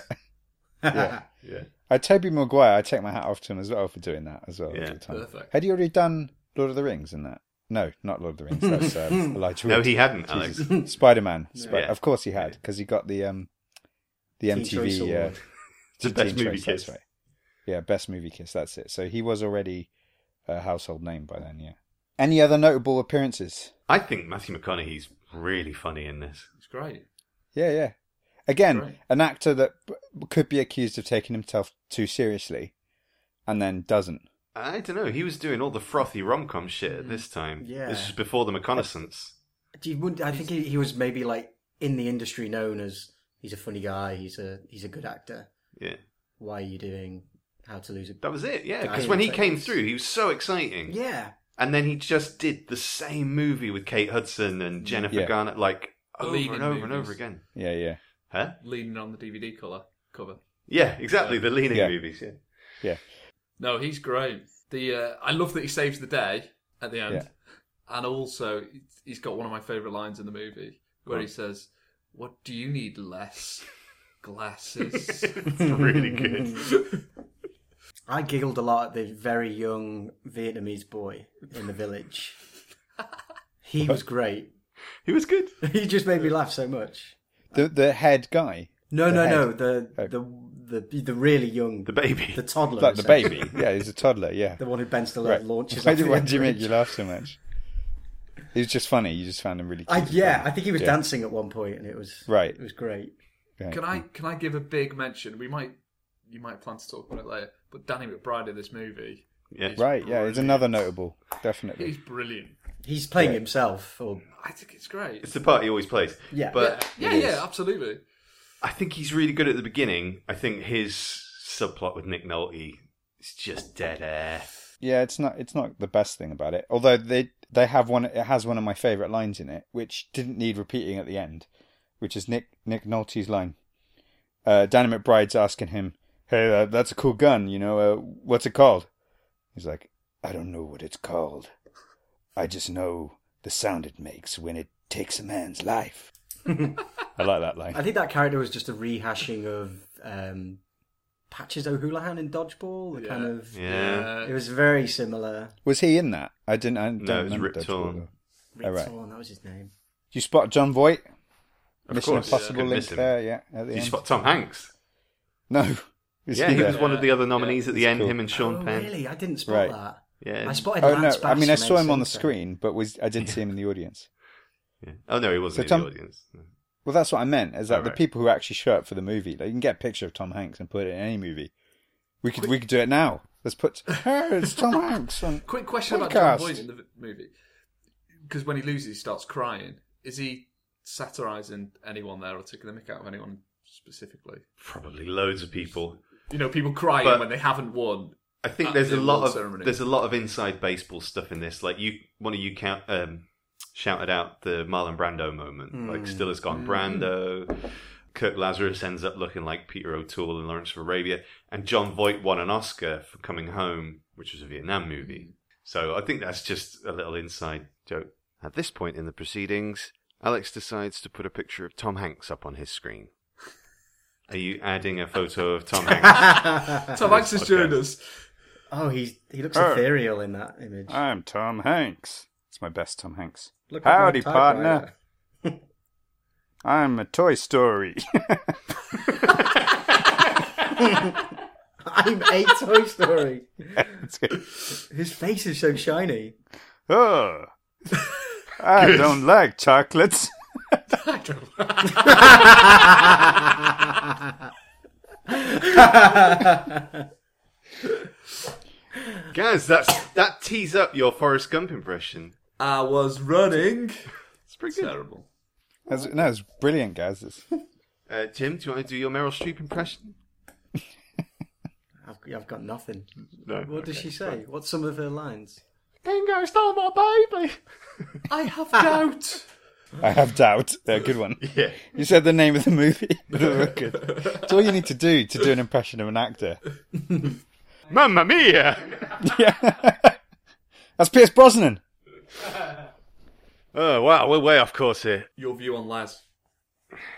Speaker 1: yeah.
Speaker 2: Yeah,
Speaker 1: Uh, Toby Maguire, I take my hat off to him as well for doing that as well.
Speaker 2: Yeah.
Speaker 1: at the time.
Speaker 3: Perfect.
Speaker 1: Had he already done Lord of the Rings in that? No, not Lord of the Rings. That's um, Elijah
Speaker 2: no,
Speaker 1: Wood.
Speaker 2: he hadn't, Alex.
Speaker 1: Spider Man. Spi-
Speaker 2: Yeah.
Speaker 1: Of course he had because he got the um the
Speaker 4: Teen Choice
Speaker 1: MTV uh,
Speaker 4: Award.
Speaker 2: The
Speaker 1: Teen
Speaker 2: best movie
Speaker 1: Choice, that's
Speaker 2: kiss.
Speaker 1: right. Yeah, best movie kiss. That's it. So he was already a household name by then. Yeah. Any other notable appearances?
Speaker 2: I think Matthew McConaughey's really funny in this.
Speaker 3: It's great.
Speaker 1: Yeah, yeah. Again,
Speaker 3: Right.
Speaker 1: an actor that b- could be accused of taking himself too seriously, and then doesn't.
Speaker 2: I don't know. He was doing all the frothy rom com shit at this time.
Speaker 4: Yeah.
Speaker 2: this was before the reconnaissance.
Speaker 4: Do you wouldn't- I think he, he was maybe like in the industry known as he's a funny guy. He's a he's a good actor.
Speaker 2: Yeah.
Speaker 4: Why are you doing How to Lose a
Speaker 2: That was it, yeah.
Speaker 4: Guy
Speaker 2: Because
Speaker 4: in
Speaker 2: when
Speaker 4: the
Speaker 2: he
Speaker 4: face.
Speaker 2: came through, he was so exciting.
Speaker 4: Yeah,
Speaker 2: And then he just did the same movie with Kate Hudson and Jennifer
Speaker 1: Yeah.
Speaker 2: Garner, like over
Speaker 3: Leading
Speaker 2: and over and
Speaker 3: movies.
Speaker 2: over again.
Speaker 1: Yeah, yeah.
Speaker 2: Huh?
Speaker 3: Leaning on the DVD color cover.
Speaker 2: Yeah, exactly. The leaning
Speaker 1: Yeah.
Speaker 2: movies, yeah.
Speaker 3: No, he's great. The uh, I love that he saves the day at the end,
Speaker 1: Yeah.
Speaker 3: and also he's got one of my favorite lines in the movie where he says, "What do you need less glasses?"
Speaker 2: It's really good.
Speaker 4: I giggled a lot at the very young Vietnamese boy in the village. he was great.
Speaker 2: He was good.
Speaker 4: he just made me laugh so much.
Speaker 1: The the head guy,
Speaker 4: No,
Speaker 1: The
Speaker 4: no,
Speaker 1: head.
Speaker 4: no. The,
Speaker 1: Oh.
Speaker 4: the the the really young,
Speaker 2: The
Speaker 4: the,
Speaker 2: baby.
Speaker 4: toddler,
Speaker 1: like the
Speaker 4: essentially.
Speaker 1: baby. Yeah, he's a toddler. Yeah.
Speaker 4: the one who Ben Stiller
Speaker 1: Right.
Speaker 4: launches.
Speaker 1: Why
Speaker 4: off
Speaker 1: did,
Speaker 4: the
Speaker 1: why did you
Speaker 4: bridge.
Speaker 1: make you laugh so much? It was just funny. You just found him really. Cute
Speaker 4: I,
Speaker 1: as
Speaker 4: yeah,
Speaker 1: well.
Speaker 4: I think he was
Speaker 1: Yeah.
Speaker 4: dancing at one point, and it was
Speaker 1: Right.
Speaker 4: It was great.
Speaker 1: Right.
Speaker 3: Can I can I give a big mention? We might you might plan to talk about it later, but Danny McBride in this movie,
Speaker 2: Yeah.
Speaker 1: Right. Yeah, it's another notable.
Speaker 3: he's
Speaker 1: Definitely.
Speaker 3: brilliant.
Speaker 4: He's playing
Speaker 1: Yeah.
Speaker 4: himself, or
Speaker 3: I think it's great.
Speaker 2: It's the part he always plays.
Speaker 4: Yeah.
Speaker 2: But
Speaker 3: yeah, yeah, yeah, absolutely.
Speaker 2: I think he's really good at the beginning. I think his subplot with Nick Nolte is just dead air.
Speaker 1: Yeah, it's not. It's not the best thing about it. Although they they have one. It has one of my favorite lines in it, which didn't need repeating at the end, which is Nick Nick Nolte's line. Uh, Danny McBride's asking him, "Hey, uh, that's a cool gun. You know, uh, what's it called?" He's like, "I don't know what it's called. I just know the sound it makes when it takes a man's life." I like that line.
Speaker 4: I think that character was just a rehashing of um, Patches O'Houlihan in Dodgeball. The kind
Speaker 3: Yeah.
Speaker 4: of
Speaker 2: Yeah.
Speaker 3: Uh,
Speaker 4: it was very similar.
Speaker 1: Was he in that? I didn't. I don't
Speaker 2: No, it was
Speaker 1: remember
Speaker 2: Rip
Speaker 1: that.
Speaker 2: Torn.
Speaker 1: Do
Speaker 4: Rick
Speaker 1: Oh, right.
Speaker 4: Torn, that was his name.
Speaker 1: you spot John Voight?
Speaker 2: Of
Speaker 1: Mission
Speaker 2: course,
Speaker 1: Impossible
Speaker 2: yeah.
Speaker 1: link
Speaker 2: Miss him.
Speaker 1: there, yeah. At the
Speaker 2: Did you
Speaker 1: end.
Speaker 2: spot Tom Hanks?
Speaker 1: No. Is
Speaker 2: yeah, he
Speaker 1: there?
Speaker 2: was one of the other nominees at the end.
Speaker 1: cool.
Speaker 2: Him and Sean
Speaker 4: Oh,
Speaker 2: Penn.
Speaker 4: really? I didn't spot
Speaker 1: Right.
Speaker 4: that.
Speaker 2: Yeah.
Speaker 4: I spotted
Speaker 1: Oh no!
Speaker 4: Lance
Speaker 1: I
Speaker 4: Bass
Speaker 1: mean, I
Speaker 4: from
Speaker 1: saw him on the
Speaker 4: Exit.
Speaker 1: screen, but was I didn't see him in the audience.
Speaker 2: yeah. Oh no, he wasn't
Speaker 1: So
Speaker 2: in the
Speaker 1: Tom-
Speaker 2: audience.
Speaker 1: Well, that's what I meant. Is that
Speaker 2: Oh,
Speaker 1: the
Speaker 2: right.
Speaker 1: people who actually show up for the movie? Like, you can get a picture of Tom Hanks and put it in any movie. We could we could do it now. Let's put. Hey, it's Tom Hanks. on-
Speaker 3: Quick question about
Speaker 1: Podcast.
Speaker 3: John Boyne in the v- movie, because when he loses, he starts crying. Is he satirising anyone there or taking the mick out of anyone specifically?
Speaker 2: Probably loads of people.
Speaker 3: You know, people crying
Speaker 2: But-
Speaker 3: when they haven't won.
Speaker 2: I think
Speaker 3: At
Speaker 2: there's a
Speaker 3: the
Speaker 2: lot
Speaker 3: award
Speaker 2: of
Speaker 3: ceremony.
Speaker 2: there's a lot of inside baseball stuff in this. Like you, one of you count, um, shouted out the Marlon Brando moment. Like Stiller's gone Brando. Kirk Lazarus ends up looking like Peter O'Toole in Lawrence of Arabia, and John Voight won an Oscar for Coming Home, which was a Vietnam movie. So I think that's just a little inside joke. At this point in the proceedings, Alex decides to put a picture of Tom Hanks up on his screen. Are you adding a photo of Tom Hanks?
Speaker 3: Tom Hanks has joined
Speaker 2: podcast.
Speaker 3: us.
Speaker 4: Oh, he's he looks
Speaker 1: Oh.
Speaker 4: ethereal in that image.
Speaker 1: I'm Tom Hanks. It's my best Tom Hanks.
Speaker 4: Look at my
Speaker 1: Howdy,
Speaker 4: typewriter.
Speaker 1: partner. I'm a Toy Story.
Speaker 4: I'm a Toy Story.
Speaker 1: It's good.
Speaker 4: His face is so shiny.
Speaker 1: oh, I don't like chocolates.
Speaker 3: I don't-
Speaker 2: Guys, that's that tees up your Forrest Gump impression.
Speaker 3: I was running.
Speaker 2: It's pretty good.
Speaker 3: Terrible.
Speaker 1: That's, no, it's brilliant, guys. It's,
Speaker 2: Uh, Tim, do you want to do your Meryl Streep impression?
Speaker 4: I've, I've got nothing.
Speaker 2: No.
Speaker 4: What does she say? What's some of her lines?
Speaker 2: Dingo stole my baby.
Speaker 3: I have doubt.
Speaker 1: I have doubt. They're a good one.
Speaker 2: Yeah.
Speaker 1: You said the name of the movie. Good. It's all you need to do to do an impression of an actor.
Speaker 2: Mamma mia.
Speaker 1: Yeah. That's Pierce Brosnan.
Speaker 2: Oh wow, we're way off course here.
Speaker 3: Your view on Les?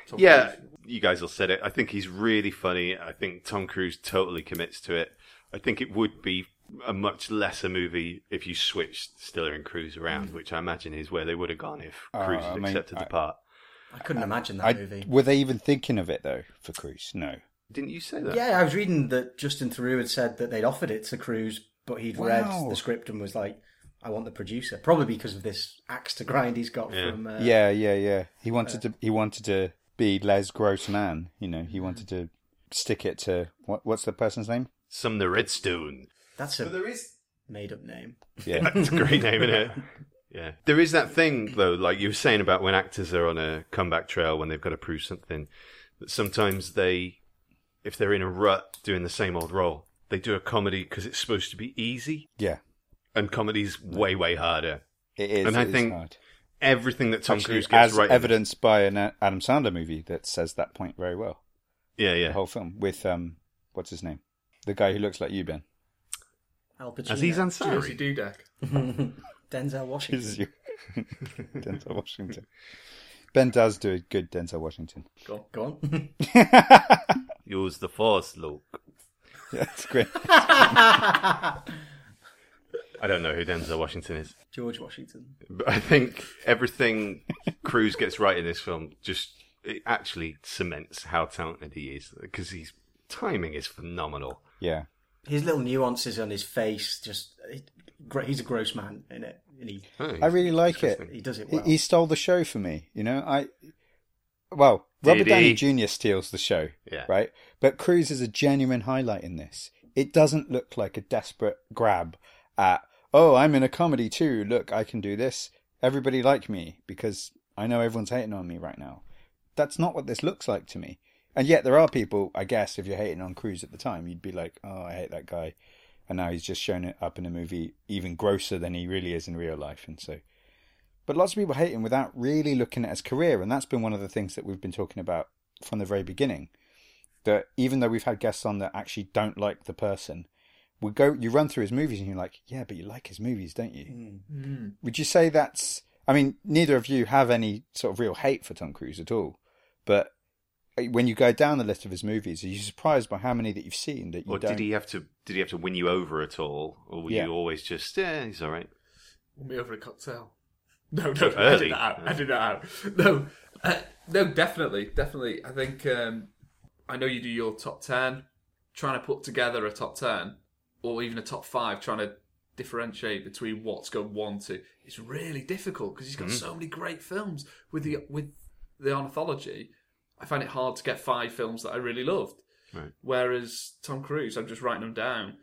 Speaker 3: Tom
Speaker 2: Yeah,
Speaker 3: Cruise.
Speaker 2: you guys all said it. I think he's really funny. I think Tom Cruise totally commits to it. I think it would be a much lesser movie if you switched Stiller and Cruise around, which I imagine is where they would have gone if
Speaker 1: Oh,
Speaker 2: Cruise had
Speaker 1: I mean,
Speaker 2: accepted
Speaker 1: I-
Speaker 2: the part.
Speaker 4: I couldn't imagine that
Speaker 1: Um, I,
Speaker 4: movie.
Speaker 1: were they even thinking of it though for Cruise? No.
Speaker 2: Didn't you say
Speaker 1: uh,
Speaker 2: that?
Speaker 4: Yeah, I was reading that Justin Theroux had said that they'd offered it to Cruise, but he'd
Speaker 1: Wow.
Speaker 4: read the script and was like, "I want the producer," probably because of this axe to grind he's got
Speaker 2: Yeah.
Speaker 4: from. Uh,
Speaker 1: yeah, yeah, yeah. He wanted to. He wanted to be Les Grossman. You know, he wanted to stick it to what, what's the person's name?
Speaker 2: Some the Redstone.
Speaker 4: that's a
Speaker 2: is
Speaker 4: made-up name.
Speaker 1: Yeah.
Speaker 2: It's a great name, isn't it? Yeah. There is that thing though, like you were saying about when actors are on a comeback trail when they've got to prove something, that sometimes they if they're in a rut doing the same old role, they do a comedy because it's supposed to be easy
Speaker 1: yeah.
Speaker 2: and comedy's way way harder.
Speaker 1: It is.
Speaker 2: And I
Speaker 1: it is
Speaker 2: think
Speaker 1: hard.
Speaker 2: Everything that Tom
Speaker 1: Actually,
Speaker 2: Cruise gets
Speaker 1: as
Speaker 2: right
Speaker 1: evidenced by an A- Adam Sandler movie that says that point very well.
Speaker 2: Yeah,
Speaker 1: The
Speaker 2: yeah.
Speaker 1: whole film with um, what's his name? The guy who looks like you, Ben.
Speaker 4: Al Pacino.
Speaker 2: Aziz
Speaker 3: Josie
Speaker 2: Ansari.
Speaker 3: Dudek.
Speaker 4: Denzel Washington.
Speaker 1: Jesus, you. Denzel Washington. Ben does do a good Denzel Washington.
Speaker 4: Go on.
Speaker 2: Use the force, Luke.
Speaker 1: Yeah, it's great.
Speaker 2: I don't know who Denzel Washington is,
Speaker 4: George Washington.
Speaker 2: but I think everything Cruise gets right in this film just it actually cements how talented he is because his timing is phenomenal.
Speaker 1: Yeah.
Speaker 4: His little nuances on his face, just it, gr- he's a gross man in it, and he
Speaker 1: I really like it.
Speaker 4: he does it
Speaker 1: He-
Speaker 4: well.
Speaker 1: He stole the show for me, you know. I well, Robert
Speaker 2: Did he?
Speaker 1: Downey Jr. steals the show,
Speaker 2: Yeah.
Speaker 1: right? But Cruz is a genuine highlight in this. It doesn't look like a desperate grab at oh, I'm in a comedy too. Look, I can do this. Everybody like me because I know everyone's hating on me right now. That's not what this looks like to me. And yet there are people, I guess, if you're hating on Cruz at the time, you'd be like, oh, I hate that guy. And now he's just shown it up in a movie even grosser than he really is in real life. And so but lots of people hate him without really looking at his career, and that's been one of the things that we've been talking about from the very beginning. That even though we've had guests on that actually don't like the person, we go you run through his movies and you're like, yeah, but you like his movies, don't you?
Speaker 4: Mm.
Speaker 3: Hmm.
Speaker 1: Would you say that's? I mean, neither of you have any sort of real hate for Tom Cruise at all, but when you go down the list of his movies, are you surprised by how many that you've seen that you
Speaker 2: Or
Speaker 1: don't?
Speaker 2: did he have to? Did he have to win you over at all, or were
Speaker 1: Yeah.
Speaker 2: you always just yeah, he's all right?
Speaker 3: Want me over a cocktail? No, no, no I
Speaker 2: Early.
Speaker 3: did that out. I did that out. No, uh, no, definitely, definitely. I think um, I know you do your top ten. Trying to put together a top ten or even a top five, trying to differentiate between what's going one to, is really difficult because he's
Speaker 2: Mm-hmm.
Speaker 3: got so many great films with the with the anthology. I find it hard to get five films that I really loved.
Speaker 2: Right.
Speaker 3: Whereas Tom Cruise, I'm just writing them down.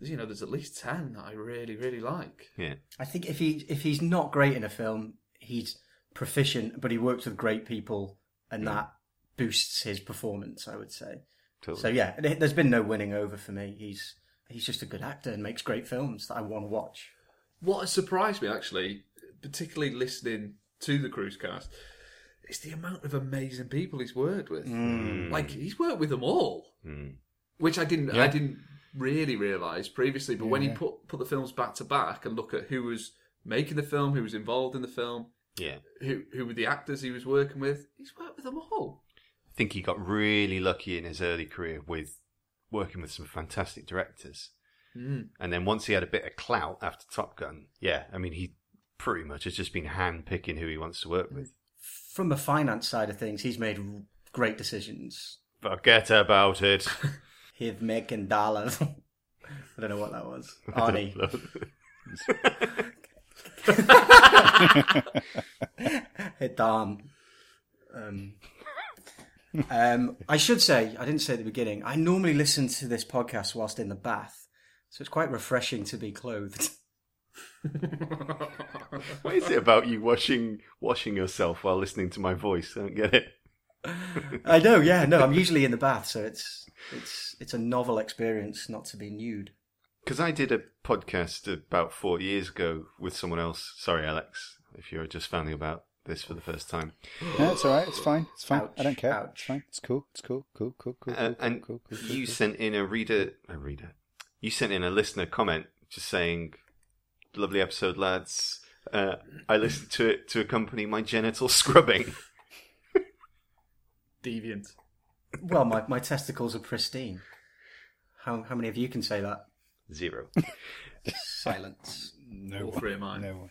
Speaker 3: You know, there's at least ten that I really, really like.
Speaker 2: Yeah,
Speaker 4: I think if he if he's not great in a film, he's proficient, but he works with great people, and that boosts his performance. I would say.
Speaker 2: totally.
Speaker 4: So yeah, th- there's been no winning over for me. He's he's just a good actor and makes great films that I want to watch.
Speaker 3: What has surprised me, actually, particularly listening to the Cruise cast, is the amount of amazing people he's worked with. Like he's worked with them all,
Speaker 2: Mm.
Speaker 3: which I didn't,
Speaker 1: Hmm. Yeah.
Speaker 3: I didn't really realize previously. But when he put put the films back to back and look at who was making the film, who was involved in the film,
Speaker 2: Yeah,
Speaker 3: who who were the actors he was working with, he's worked with them all.
Speaker 2: I think he got really lucky in his early career with working with some fantastic directors.
Speaker 3: Mm.
Speaker 2: And then once he had a bit of clout after Top Gun, yeah, I mean, he pretty much has just been hand picking who he wants to work with.
Speaker 4: From the finance side of things, he's made r- great decisions.
Speaker 2: Forget about it.
Speaker 4: He's making dollars. I don't know what that was. Arnie. Hit down. Um, um, I should say, I didn't say at the beginning, I normally listen to this podcast whilst in the bath. So it's quite refreshing to be clothed.
Speaker 2: what is it about you washing washing yourself while listening to my voice? I don't get it.
Speaker 4: I know, yeah, no, I'm usually in the bath, so it's it's it's a novel experience not to be nude.
Speaker 2: Because I did a podcast about four years ago with someone else. Sorry, Alex, if you're just finding about this for the first time.
Speaker 1: No, it's all right. It's fine. It's fine. I don't care.
Speaker 4: Ouch, ouch.
Speaker 1: It's fine. It's cool. It's cool. Cool. Cool. Cool.
Speaker 2: Uh,
Speaker 1: cool,
Speaker 2: and
Speaker 1: cool, cool, cool,
Speaker 2: you
Speaker 1: cool.
Speaker 2: sent in a reader, a reader. You sent in a listener comment just saying, "Lovely episode, lads. Uh, I listened to it to accompany my genital scrubbing."
Speaker 3: Deviant.
Speaker 4: Well, my, my testicles are pristine. How how many of you can say that?
Speaker 2: Zero.
Speaker 4: Silence.
Speaker 1: No
Speaker 3: All three of mine.
Speaker 1: No one.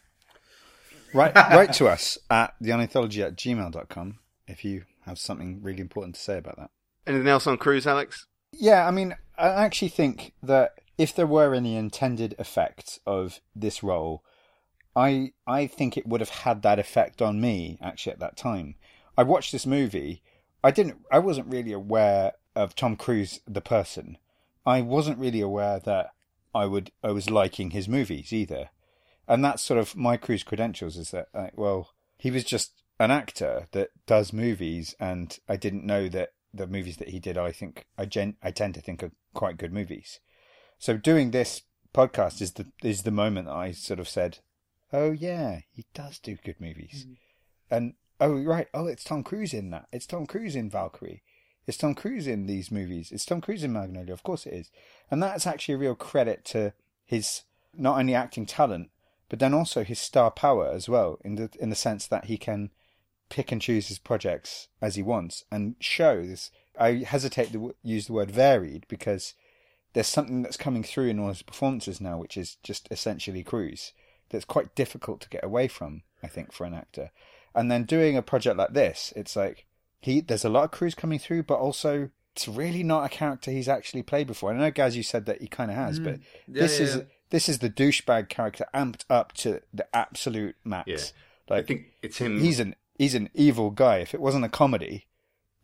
Speaker 1: Right, write to us at theonanthology at gmail.com if you have something really important to say about that.
Speaker 2: Anything else on cruise, Alex?
Speaker 1: Yeah, I mean, I actually think that if there were any intended effect of this role, I I think it would have had that effect on me actually at that time. I watched this movie. I didn't. I wasn't really aware of Tom Cruise the person. I wasn't really aware that I would. I was liking his movies either, and that's sort of my Cruise credentials. Is that like, well, he was just an actor that does movies, and I didn't know that the movies that he did. I think I gen. I tend to think are quite good movies. So doing this podcast is the is the moment that I sort of said, "Oh yeah, he does do good movies," and oh right, oh it's Tom Cruise in that. It's Tom Cruise in Valkyrie. It's Tom Cruise in these movies. It's Tom Cruise in Magnolia. Of course it is, and that's actually a real credit to his not only acting talent but then also his star power as well in the in the sense that he can pick and choose his projects as he wants and show this. I hesitate to w- use the word varied because there's something that's coming through in all his performances now, which is just essentially Cruise. That's quite difficult to get away from, I think, for an actor. And then doing a project like this, it's like he there's a lot of Cruise coming through, but also it's really not a character he's actually played before. I know, Gaz, you said that he kind of has, but
Speaker 3: Mm. Yeah,
Speaker 1: this
Speaker 3: yeah,
Speaker 1: is
Speaker 3: yeah.
Speaker 1: this is the douchebag character amped up to the absolute max.
Speaker 2: Yeah.
Speaker 1: Like
Speaker 2: I think um, it's him.
Speaker 1: he's an he's an evil guy. If it wasn't a comedy,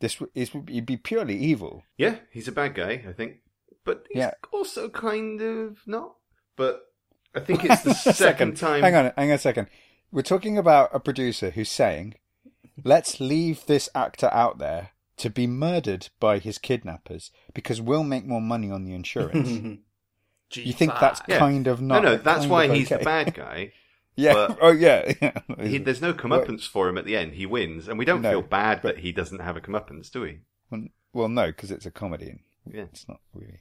Speaker 1: this would it would he'd be purely evil.
Speaker 2: yeah, he's a bad guy, I think, but he's
Speaker 1: Yeah.
Speaker 2: also kind of not. But I think it's the second time.
Speaker 1: Hang on, hang on a second. We're talking about a producer who's saying, "Let's leave this actor out there to be murdered by his kidnappers because we'll make more money on the insurance." you think that's
Speaker 2: Yeah.
Speaker 1: kind of
Speaker 2: No,
Speaker 1: not?
Speaker 2: no, that's
Speaker 1: kind
Speaker 2: why
Speaker 1: of
Speaker 2: he's the
Speaker 1: okay.
Speaker 2: bad guy.
Speaker 1: Yeah.
Speaker 2: but-
Speaker 1: oh yeah. yeah.
Speaker 2: He, there's no comeuppance for him at the end. He wins, and we don't
Speaker 1: No,
Speaker 2: feel bad
Speaker 1: but-
Speaker 2: that he doesn't have a comeuppance, do we?
Speaker 1: Well, well, no, because it's a comedy. And
Speaker 2: Yeah.
Speaker 1: It's not really.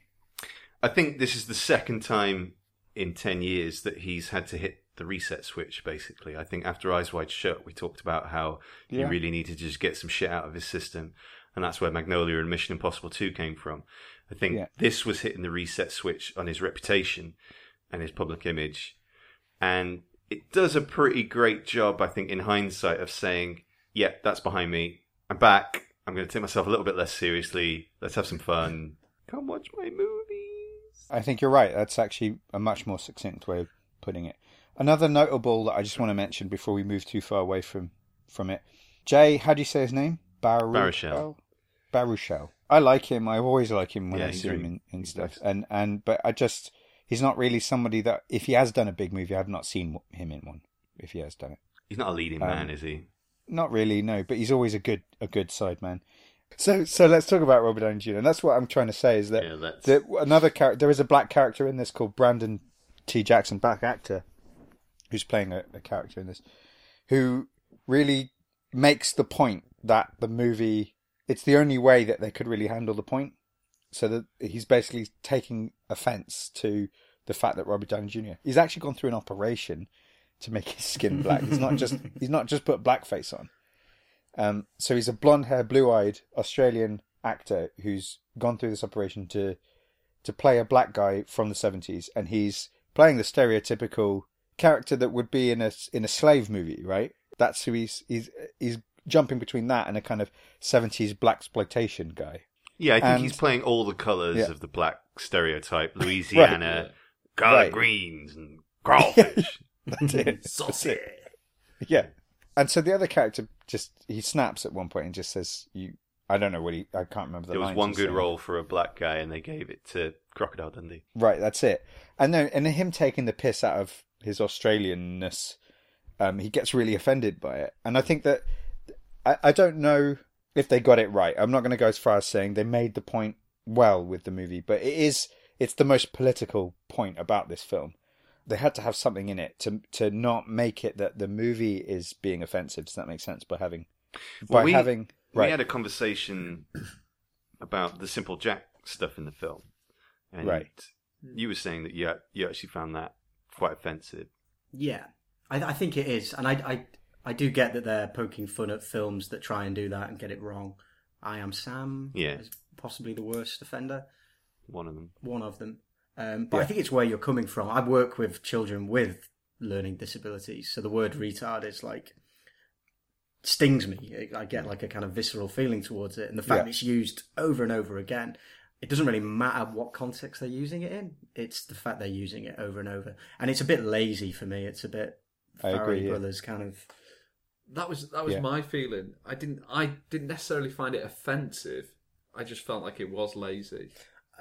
Speaker 2: I think this is the second time in 10 years that he's had to hit the reset switch, basically. I think after Eyes Wide Shut, we talked about how he
Speaker 1: Yeah.
Speaker 2: really needed to just get some shit out of his system. And that's where Magnolia and Mission Impossible 2 came from. I think
Speaker 1: Yeah.
Speaker 2: this was hitting the reset switch on his reputation and his public image. And it does a pretty great job, I think, in hindsight, of saying, yeah, that's behind me. I'm back. I'm going to take myself a little bit less seriously. Let's have some fun. Come watch my movies.
Speaker 1: I think you're right. That's actually a much more succinct way of putting it. Another notable that I just want to mention before we move too far away from from it. Jay, how do you say his name? Baruchel.
Speaker 2: Baruchel.
Speaker 1: Baruchel. I like him. I always like him when
Speaker 2: Yeah,
Speaker 1: I
Speaker 2: he's
Speaker 1: see him
Speaker 2: really-
Speaker 1: in, in
Speaker 2: he's
Speaker 1: stuff.
Speaker 2: nice.
Speaker 1: And and but I just he's not really somebody that if he has done a big movie, I've not seen him in one. If he has done it.
Speaker 2: He's not a leading
Speaker 1: Um,
Speaker 2: man, is he?
Speaker 1: Not really, no. But he's always a good a good side man. So so let's talk about Robert Downey Jr. And that's what I'm trying to say is that
Speaker 2: Yeah, that's
Speaker 1: that another character. There is a black character in this called Brandon T. Jackson, black actor, who's playing a, a character in this, who really makes the point that the movie. It's the only way that they could really handle the point. So that he's basically taking offence to the fact that Robert Downey Jr. He's actually gone through an operation to make his skin black. He's not just he's not just put blackface on. Um, so he's a blonde haired, blue eyed Australian actor who's gone through this operation to to play a black guy from the seventies, and he's playing the stereotypical character that would be in a in a slave movie, right? That's who he's he's he's jumping between that and a kind of seventies black exploitation guy.
Speaker 2: yeah. I think
Speaker 1: and-
Speaker 2: he's playing all the colours
Speaker 1: Yeah.
Speaker 2: of the black stereotype: Louisiana, collard
Speaker 1: Right.
Speaker 2: greens, and crawfish.
Speaker 1: That's it.
Speaker 3: Saucy.
Speaker 1: Yeah. And so the other character just he snaps at one point and just says, "You." I don't know what he. I can't remember the.
Speaker 2: there was
Speaker 1: lines
Speaker 2: one
Speaker 1: he's
Speaker 2: good
Speaker 1: saying.
Speaker 2: role for a black guy, and they gave it to Crocodile Dundee.
Speaker 1: Right, that's it. And then, and him taking the piss out of his Australianness, um, he gets really offended by it. And I think that I, I don't know if they got it right. I'm not going to go as far as saying they made the point well with the movie, but it is it's the most political point about this film. They had to have something in it to to not make it that the movie is being offensive. Does that make sense? By having
Speaker 2: Well,
Speaker 1: by
Speaker 2: we-
Speaker 1: having right,
Speaker 2: We had a conversation about the Simple Jack stuff in the film, and
Speaker 1: Right.
Speaker 2: you were saying that you you actually found that quite offensive.
Speaker 4: Yeah, I, I think it is, and I, I I do get that they're poking fun at films that try and do that and get it wrong. I am Sam.
Speaker 2: Yeah.
Speaker 4: is possibly the worst offender,
Speaker 2: One of them.
Speaker 4: one of them. Um, but I
Speaker 1: Yeah.
Speaker 4: think it's where you're coming from. I work with children with learning disabilities, so the word retard is like stings me. I get like a kind of visceral feeling towards it, and the fact
Speaker 1: Yeah.
Speaker 4: that it's used over and over again. It doesn't really matter what context they're using it in. It's the fact they're using it over and over, and it's a bit lazy for me. It's a bit
Speaker 1: I
Speaker 4: Farrelly
Speaker 1: agree, yeah.
Speaker 4: Brothers kind of.
Speaker 3: That was that was
Speaker 1: Yeah.
Speaker 3: my feeling. I didn't I didn't necessarily find it offensive. I just felt like it was lazy.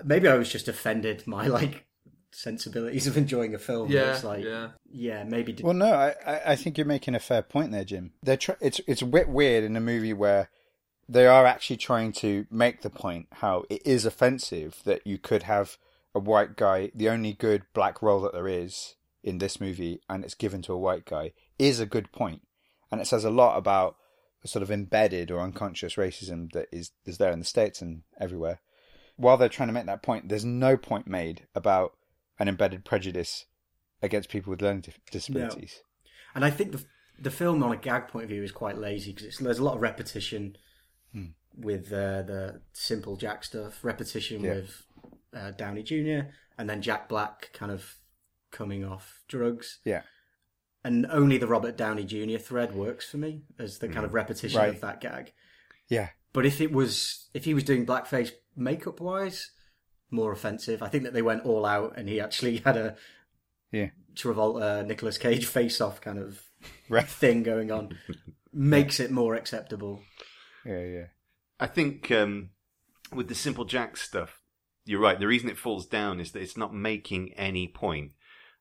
Speaker 4: Maybe I was just offended my like sensibilities of enjoying a film.
Speaker 3: Yeah,
Speaker 4: it's like,
Speaker 3: yeah.
Speaker 4: yeah, maybe. Did,
Speaker 1: Well, no, I, I- I think you're making a fair point there, Jim. They're tr- it's it's a bit weird in a movie where they are actually trying to make the point how it is offensive that you could have a white guy. The only good black role that there is in this movie, and it's given to a white guy, is a good point, and it says a lot about the sort of embedded or unconscious racism that is is there in the states and everywhere. While they're trying to make that point, there's no point made about an embedded prejudice against people with learning dif- disabilities.
Speaker 4: and I think the the film on a gag point of view is quite lazy because there's a lot of repetition with uh, the simple Jack stuff, repetition
Speaker 1: Yeah.
Speaker 4: with uh, Downey Jr. and then Jack Black kind of coming off drugs.
Speaker 1: Yeah.
Speaker 4: And only the Robert Downey Jr. thread works for me as the kind of repetition
Speaker 1: Mm. Right.
Speaker 4: of that gag.
Speaker 1: Yeah.
Speaker 4: But if it was if he was doing blackface makeup wise, more offensive. I think that they went all out and he actually had a
Speaker 1: Yeah.
Speaker 4: Travolta Nicolas Cage face off kind of
Speaker 1: Right.
Speaker 4: thing going on. Makes it more acceptable.
Speaker 1: Yeah, yeah.
Speaker 2: I think um, with the simple Jack stuff, you're right. The reason it falls down is that it's not making any point,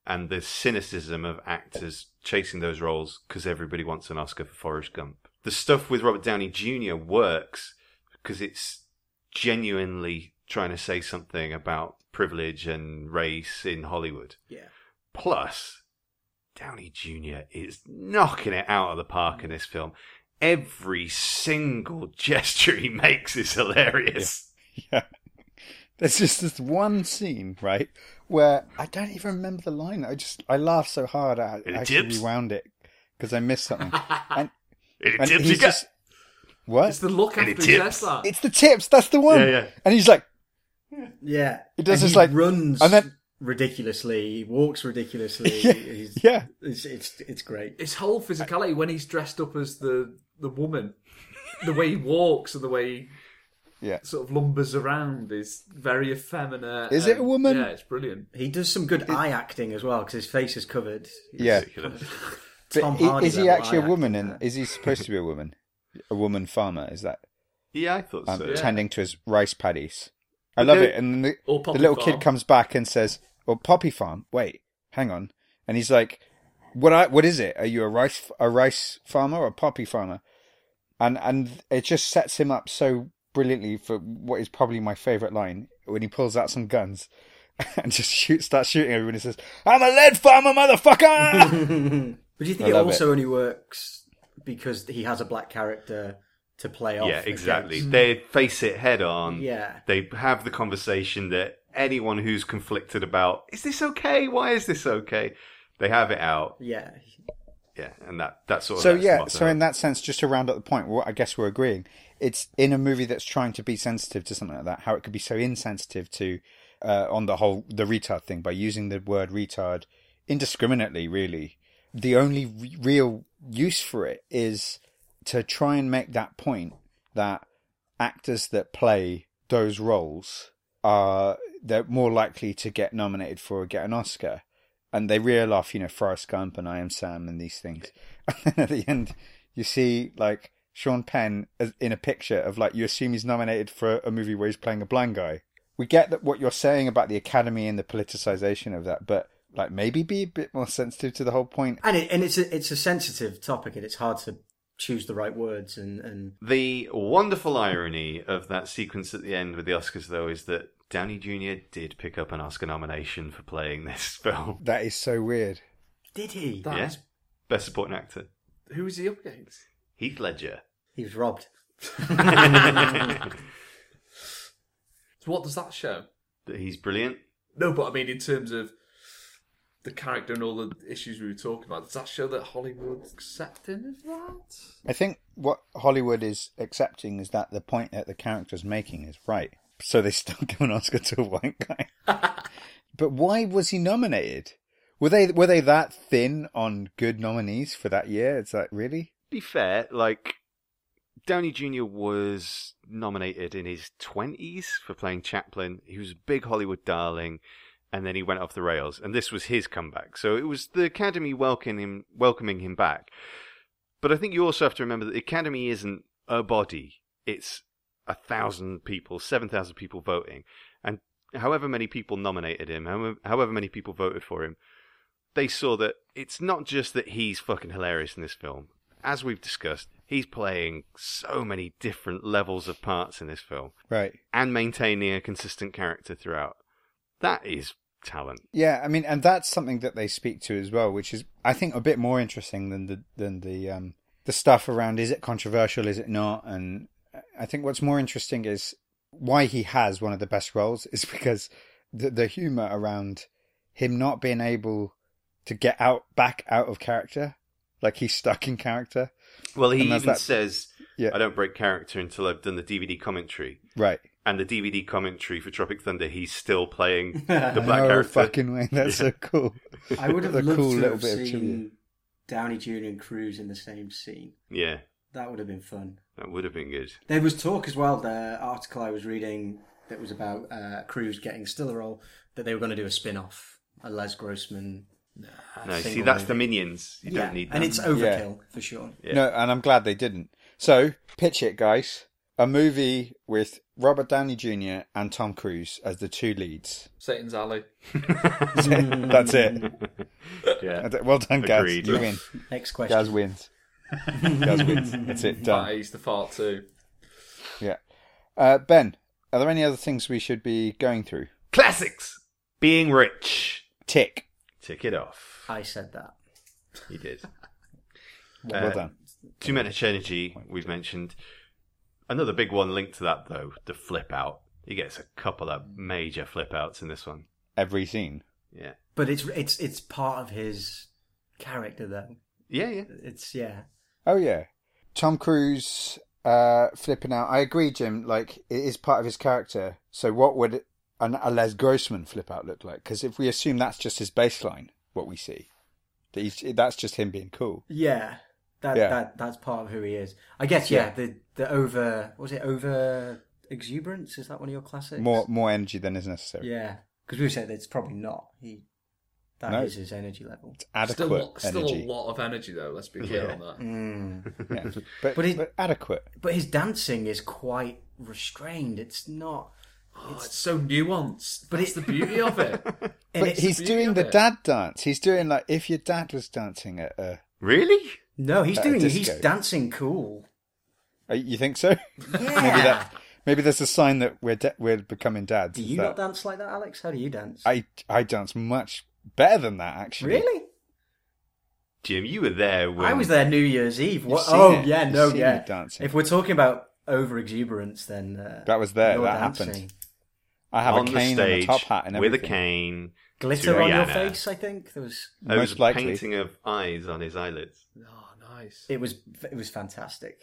Speaker 2: and the cynicism of actors chasing those roles because everybody wants an Oscar for Forrest Gump. The stuff with Robert Downey Jr. works because it's genuinely trying to say something about privilege and race in Hollywood.
Speaker 4: Yeah.
Speaker 2: Plus, Downey Jr. is knocking it out of the park in this film. Every single gesture he makes is hilarious.
Speaker 1: Yeah. There's just this one scene, right, where I don't even remember the line. I just I laughed so hard I
Speaker 2: It
Speaker 1: I actually
Speaker 2: dips.
Speaker 1: rewound it because I missed something. and
Speaker 2: It
Speaker 1: and
Speaker 2: tips
Speaker 1: he's
Speaker 2: you
Speaker 1: just what?
Speaker 3: It's the look
Speaker 2: And
Speaker 3: after
Speaker 2: it
Speaker 3: he says
Speaker 2: tips.
Speaker 3: that.
Speaker 1: It's the tips. That's the one.
Speaker 2: Yeah, yeah.
Speaker 1: And he's like,
Speaker 4: Yeah.
Speaker 1: He does
Speaker 4: and
Speaker 1: this,
Speaker 4: he
Speaker 1: like-
Speaker 4: runs
Speaker 1: and then-
Speaker 4: ridiculously, he walks ridiculously.
Speaker 1: Yeah,
Speaker 4: he's,
Speaker 1: yeah,
Speaker 4: It's, it's it's great.
Speaker 3: His whole physicality when he's dressed up as the the woman, the way he walks and the way he
Speaker 1: yeah.
Speaker 3: sort of lumbers around is very effeminate.
Speaker 1: Is it
Speaker 3: and-
Speaker 1: a woman?
Speaker 3: Yeah, it's brilliant.
Speaker 4: He does some good eye acting as well because his face is covered. He's
Speaker 1: Yeah.
Speaker 2: ridiculous.
Speaker 1: But
Speaker 4: Tom
Speaker 1: i-
Speaker 4: Hardy
Speaker 1: is he
Speaker 4: level Oh,
Speaker 1: actually
Speaker 4: eye
Speaker 1: a woman?
Speaker 4: acting
Speaker 1: And is he supposed to be a woman? A woman farmer? Is that
Speaker 2: Yeah, I thought
Speaker 1: um,
Speaker 2: so.
Speaker 3: Yeah.
Speaker 1: tending to his rice paddies? I love
Speaker 2: no-
Speaker 1: it. And then the,
Speaker 3: Or
Speaker 1: the
Speaker 3: Poppy
Speaker 1: little
Speaker 3: Farm.
Speaker 1: kid comes back and says, "Well, Poppy Farm. Wait, hang on." And he's like, "What? I, what is it? Are you a rice a rice farmer or a poppy farmer?" And and it just sets him up so brilliantly for what is probably my favorite line when he pulls out some guns and just shoots starts shooting everyone and says, "I'm a lead farmer, motherfucker."
Speaker 4: But do you
Speaker 1: I
Speaker 4: think it
Speaker 1: love
Speaker 4: also only works because he has a black character to play off?
Speaker 2: Yeah, exactly.
Speaker 4: against?
Speaker 2: They face it head on.
Speaker 4: Yeah.
Speaker 2: They have the conversation that anyone who's conflicted about, is this okay? Why is this okay? They have it out.
Speaker 4: Yeah.
Speaker 2: Yeah, and that, that sort of
Speaker 1: so
Speaker 2: that's the
Speaker 1: yeah
Speaker 2: motto.
Speaker 1: so in that sense just to round up the point what i guess we're agreeing it's in a movie that's trying to be sensitive to something like that how it could be so insensitive to uh, on the whole the retard thing by using the word retard indiscriminately really the only re- real use for it is to try and make that point that actors that play those roles are they're more likely to get nominated for or get an Oscar. And they reel off, you know, Forrest Gump and I Am Sam and these things. And then at the end, you see like Sean Penn as- in a picture of like you assume he's nominated for a movie where he's playing a blind guy. We get that what you're saying about the Academy and the politicization of that, but like maybe be a bit more sensitive to the whole point.
Speaker 4: And it, and it's a, it's a sensitive topic and it's hard to choose the right words and and
Speaker 2: The wonderful irony of that sequence at the end with the Oscars, though, is that Downey Jr. did pick up an Oscar nomination for playing this film.
Speaker 1: That is so weird.
Speaker 4: did he?
Speaker 3: That
Speaker 2: Yeah.
Speaker 3: is-
Speaker 2: Best supporting actor,
Speaker 3: who is he up against?
Speaker 2: Heath Ledger.
Speaker 4: He was robbed.
Speaker 2: that
Speaker 3: So what does that show?
Speaker 2: he's brilliant.
Speaker 3: No, but I mean, in terms of the character and all the issues we were talking about, does that show that Hollywood's accepting of that?
Speaker 1: I think what Hollywood is accepting is that the point that the character's making is right. So they still give an Oscar to a white guy. but why was he nominated? Were they were they that thin on good nominees for that year? It's like really?
Speaker 2: Be fair, like Downey Jr. was nominated in his twenties for playing Chaplin. He was a big Hollywood darling, and then he went off the rails. And this was his comeback. So it was the Academy welcoming him, welcoming him back. But I think you also have to remember that the Academy isn't a body. It's a thousand people, seven thousand people voting, and however many people nominated him, however, however many people voted for him, they saw that it's not just that he's fucking hilarious in this film. As we've discussed, he's playing so many different levels of parts in this film
Speaker 1: Right.
Speaker 2: and maintaining a consistent character throughout. That is talent.
Speaker 1: Yeah, I mean, and that's something that they speak to as well, which is I think a bit more interesting than the than the um the stuff around is it controversial, is it not? And I think what's more interesting is why he has one of the best roles is because the the humor around him not being able to get out back out of character, like he's stuck in character.
Speaker 2: Well, he
Speaker 1: And
Speaker 2: even
Speaker 1: that's that-
Speaker 2: says,
Speaker 1: Yeah,
Speaker 2: I don't break character until I've done the DVD commentary.
Speaker 1: right.
Speaker 2: and the DVD commentary for Tropic Thunder, he's still playing the
Speaker 4: I
Speaker 2: black
Speaker 1: no
Speaker 2: character.
Speaker 1: fucking way. That's so cool.
Speaker 4: would have
Speaker 1: A
Speaker 4: loved
Speaker 1: cool
Speaker 4: to
Speaker 1: little
Speaker 4: have
Speaker 1: bit of trivia.
Speaker 4: seen Downey Jr. and Cruz in the same scene.
Speaker 2: Yeah,
Speaker 4: That would have been fun.
Speaker 2: that would have been good.
Speaker 4: There was talk as well. The article I was reading that was about uh, Cruz getting still a role that they were going to do a spin off, a Les Grossman. uh,
Speaker 2: No, see,
Speaker 4: single
Speaker 2: that's the
Speaker 4: movie.
Speaker 2: minions. You
Speaker 4: yeah,
Speaker 2: don't need that.
Speaker 4: and it's overkill for sure.
Speaker 2: Yeah.
Speaker 1: No, and I'm glad they didn't. So, pitch it, guys. A movie with Robert Downey Jr. and Tom Cruise as the two leads.
Speaker 3: Satan's Alley.
Speaker 1: That's it.
Speaker 2: yeah.
Speaker 1: Well done, Gaz.
Speaker 2: Agreed.
Speaker 1: You win.
Speaker 4: Next question.
Speaker 1: Gaz wins. Gaz wins. That's it. Done.
Speaker 3: He's the fart too.
Speaker 1: Yeah. Uh, ben, are there any other things we should be going through?
Speaker 2: Classics. Being rich.
Speaker 1: Tick.
Speaker 2: Tick it off.
Speaker 4: I said that.
Speaker 2: You did.
Speaker 1: Well
Speaker 2: Uh,
Speaker 1: done.
Speaker 2: Too much energy. We've mentioned another big one linked to that though. The flip out. He gets a couple of major flip outs in this one.
Speaker 1: Every scene.
Speaker 2: Yeah.
Speaker 4: But it's it's it's part of his character though.
Speaker 2: Yeah. Yeah.
Speaker 4: It's yeah.
Speaker 1: Oh yeah, Tom Cruise uh, flipping out. I agree, Jim. Like it is part of his character. So what would an a Les Grossman flip out look like? Because if we assume that's just his baseline, what we see, that he's, that's just him being cool.
Speaker 4: Yeah. That
Speaker 1: Yeah.
Speaker 4: that that's part of who he is. I guess yeah, the the over what was it over exuberance is that one of your classics?
Speaker 1: More more energy than is necessary.
Speaker 4: Yeah. Cuz we said it's probably not. He that is
Speaker 1: No.
Speaker 4: his energy level.
Speaker 1: It's adequate
Speaker 3: still, still
Speaker 1: energy.
Speaker 3: a lot of energy though. Let's be clear
Speaker 2: Yeah.
Speaker 3: on that.
Speaker 4: Mm.
Speaker 1: Yeah. But,
Speaker 4: But it-
Speaker 1: but adequate.
Speaker 4: but his dancing is quite restrained. It's not
Speaker 3: Oh, it's so nuanced, but it's the beauty of it.
Speaker 4: and
Speaker 1: But
Speaker 4: it's,
Speaker 1: he's
Speaker 3: the beauty
Speaker 1: doing
Speaker 3: of
Speaker 1: the
Speaker 3: it.
Speaker 1: dad dance. He's doing like if your dad was dancing at a.
Speaker 2: Really?
Speaker 4: no, he's
Speaker 1: at a
Speaker 4: doing he's
Speaker 1: disco.
Speaker 4: dancing cool.
Speaker 1: Uh, You think so?
Speaker 4: Yeah.
Speaker 1: maybe that. Maybe there's a sign that we're da- we're becoming dads.
Speaker 4: do
Speaker 1: is
Speaker 4: you
Speaker 1: that-
Speaker 4: not dance like that, Alex? How do you dance?
Speaker 1: I I dance much better than that actually.
Speaker 4: really?
Speaker 2: Jim, you were there when
Speaker 4: I was there New Year's Eve. What?
Speaker 1: seen
Speaker 4: Oh
Speaker 1: it.
Speaker 4: yeah,
Speaker 1: You've
Speaker 4: no,
Speaker 1: seen
Speaker 4: yeah.
Speaker 1: me dancing.
Speaker 4: If we're talking about over exuberance, then uh,
Speaker 1: That was there.
Speaker 4: your
Speaker 1: That happened. I have
Speaker 2: on
Speaker 1: a
Speaker 2: the
Speaker 1: cane and a
Speaker 2: stage
Speaker 1: top hat and everything.
Speaker 2: with a cane.
Speaker 4: Glitter
Speaker 2: to
Speaker 4: on your
Speaker 2: Rihanna.
Speaker 4: face. I think there was.
Speaker 2: There was
Speaker 1: Most
Speaker 2: a
Speaker 1: likely.
Speaker 2: painting of eyes on his eyelids.
Speaker 3: Oh, nice.
Speaker 4: It was. It was fantastic.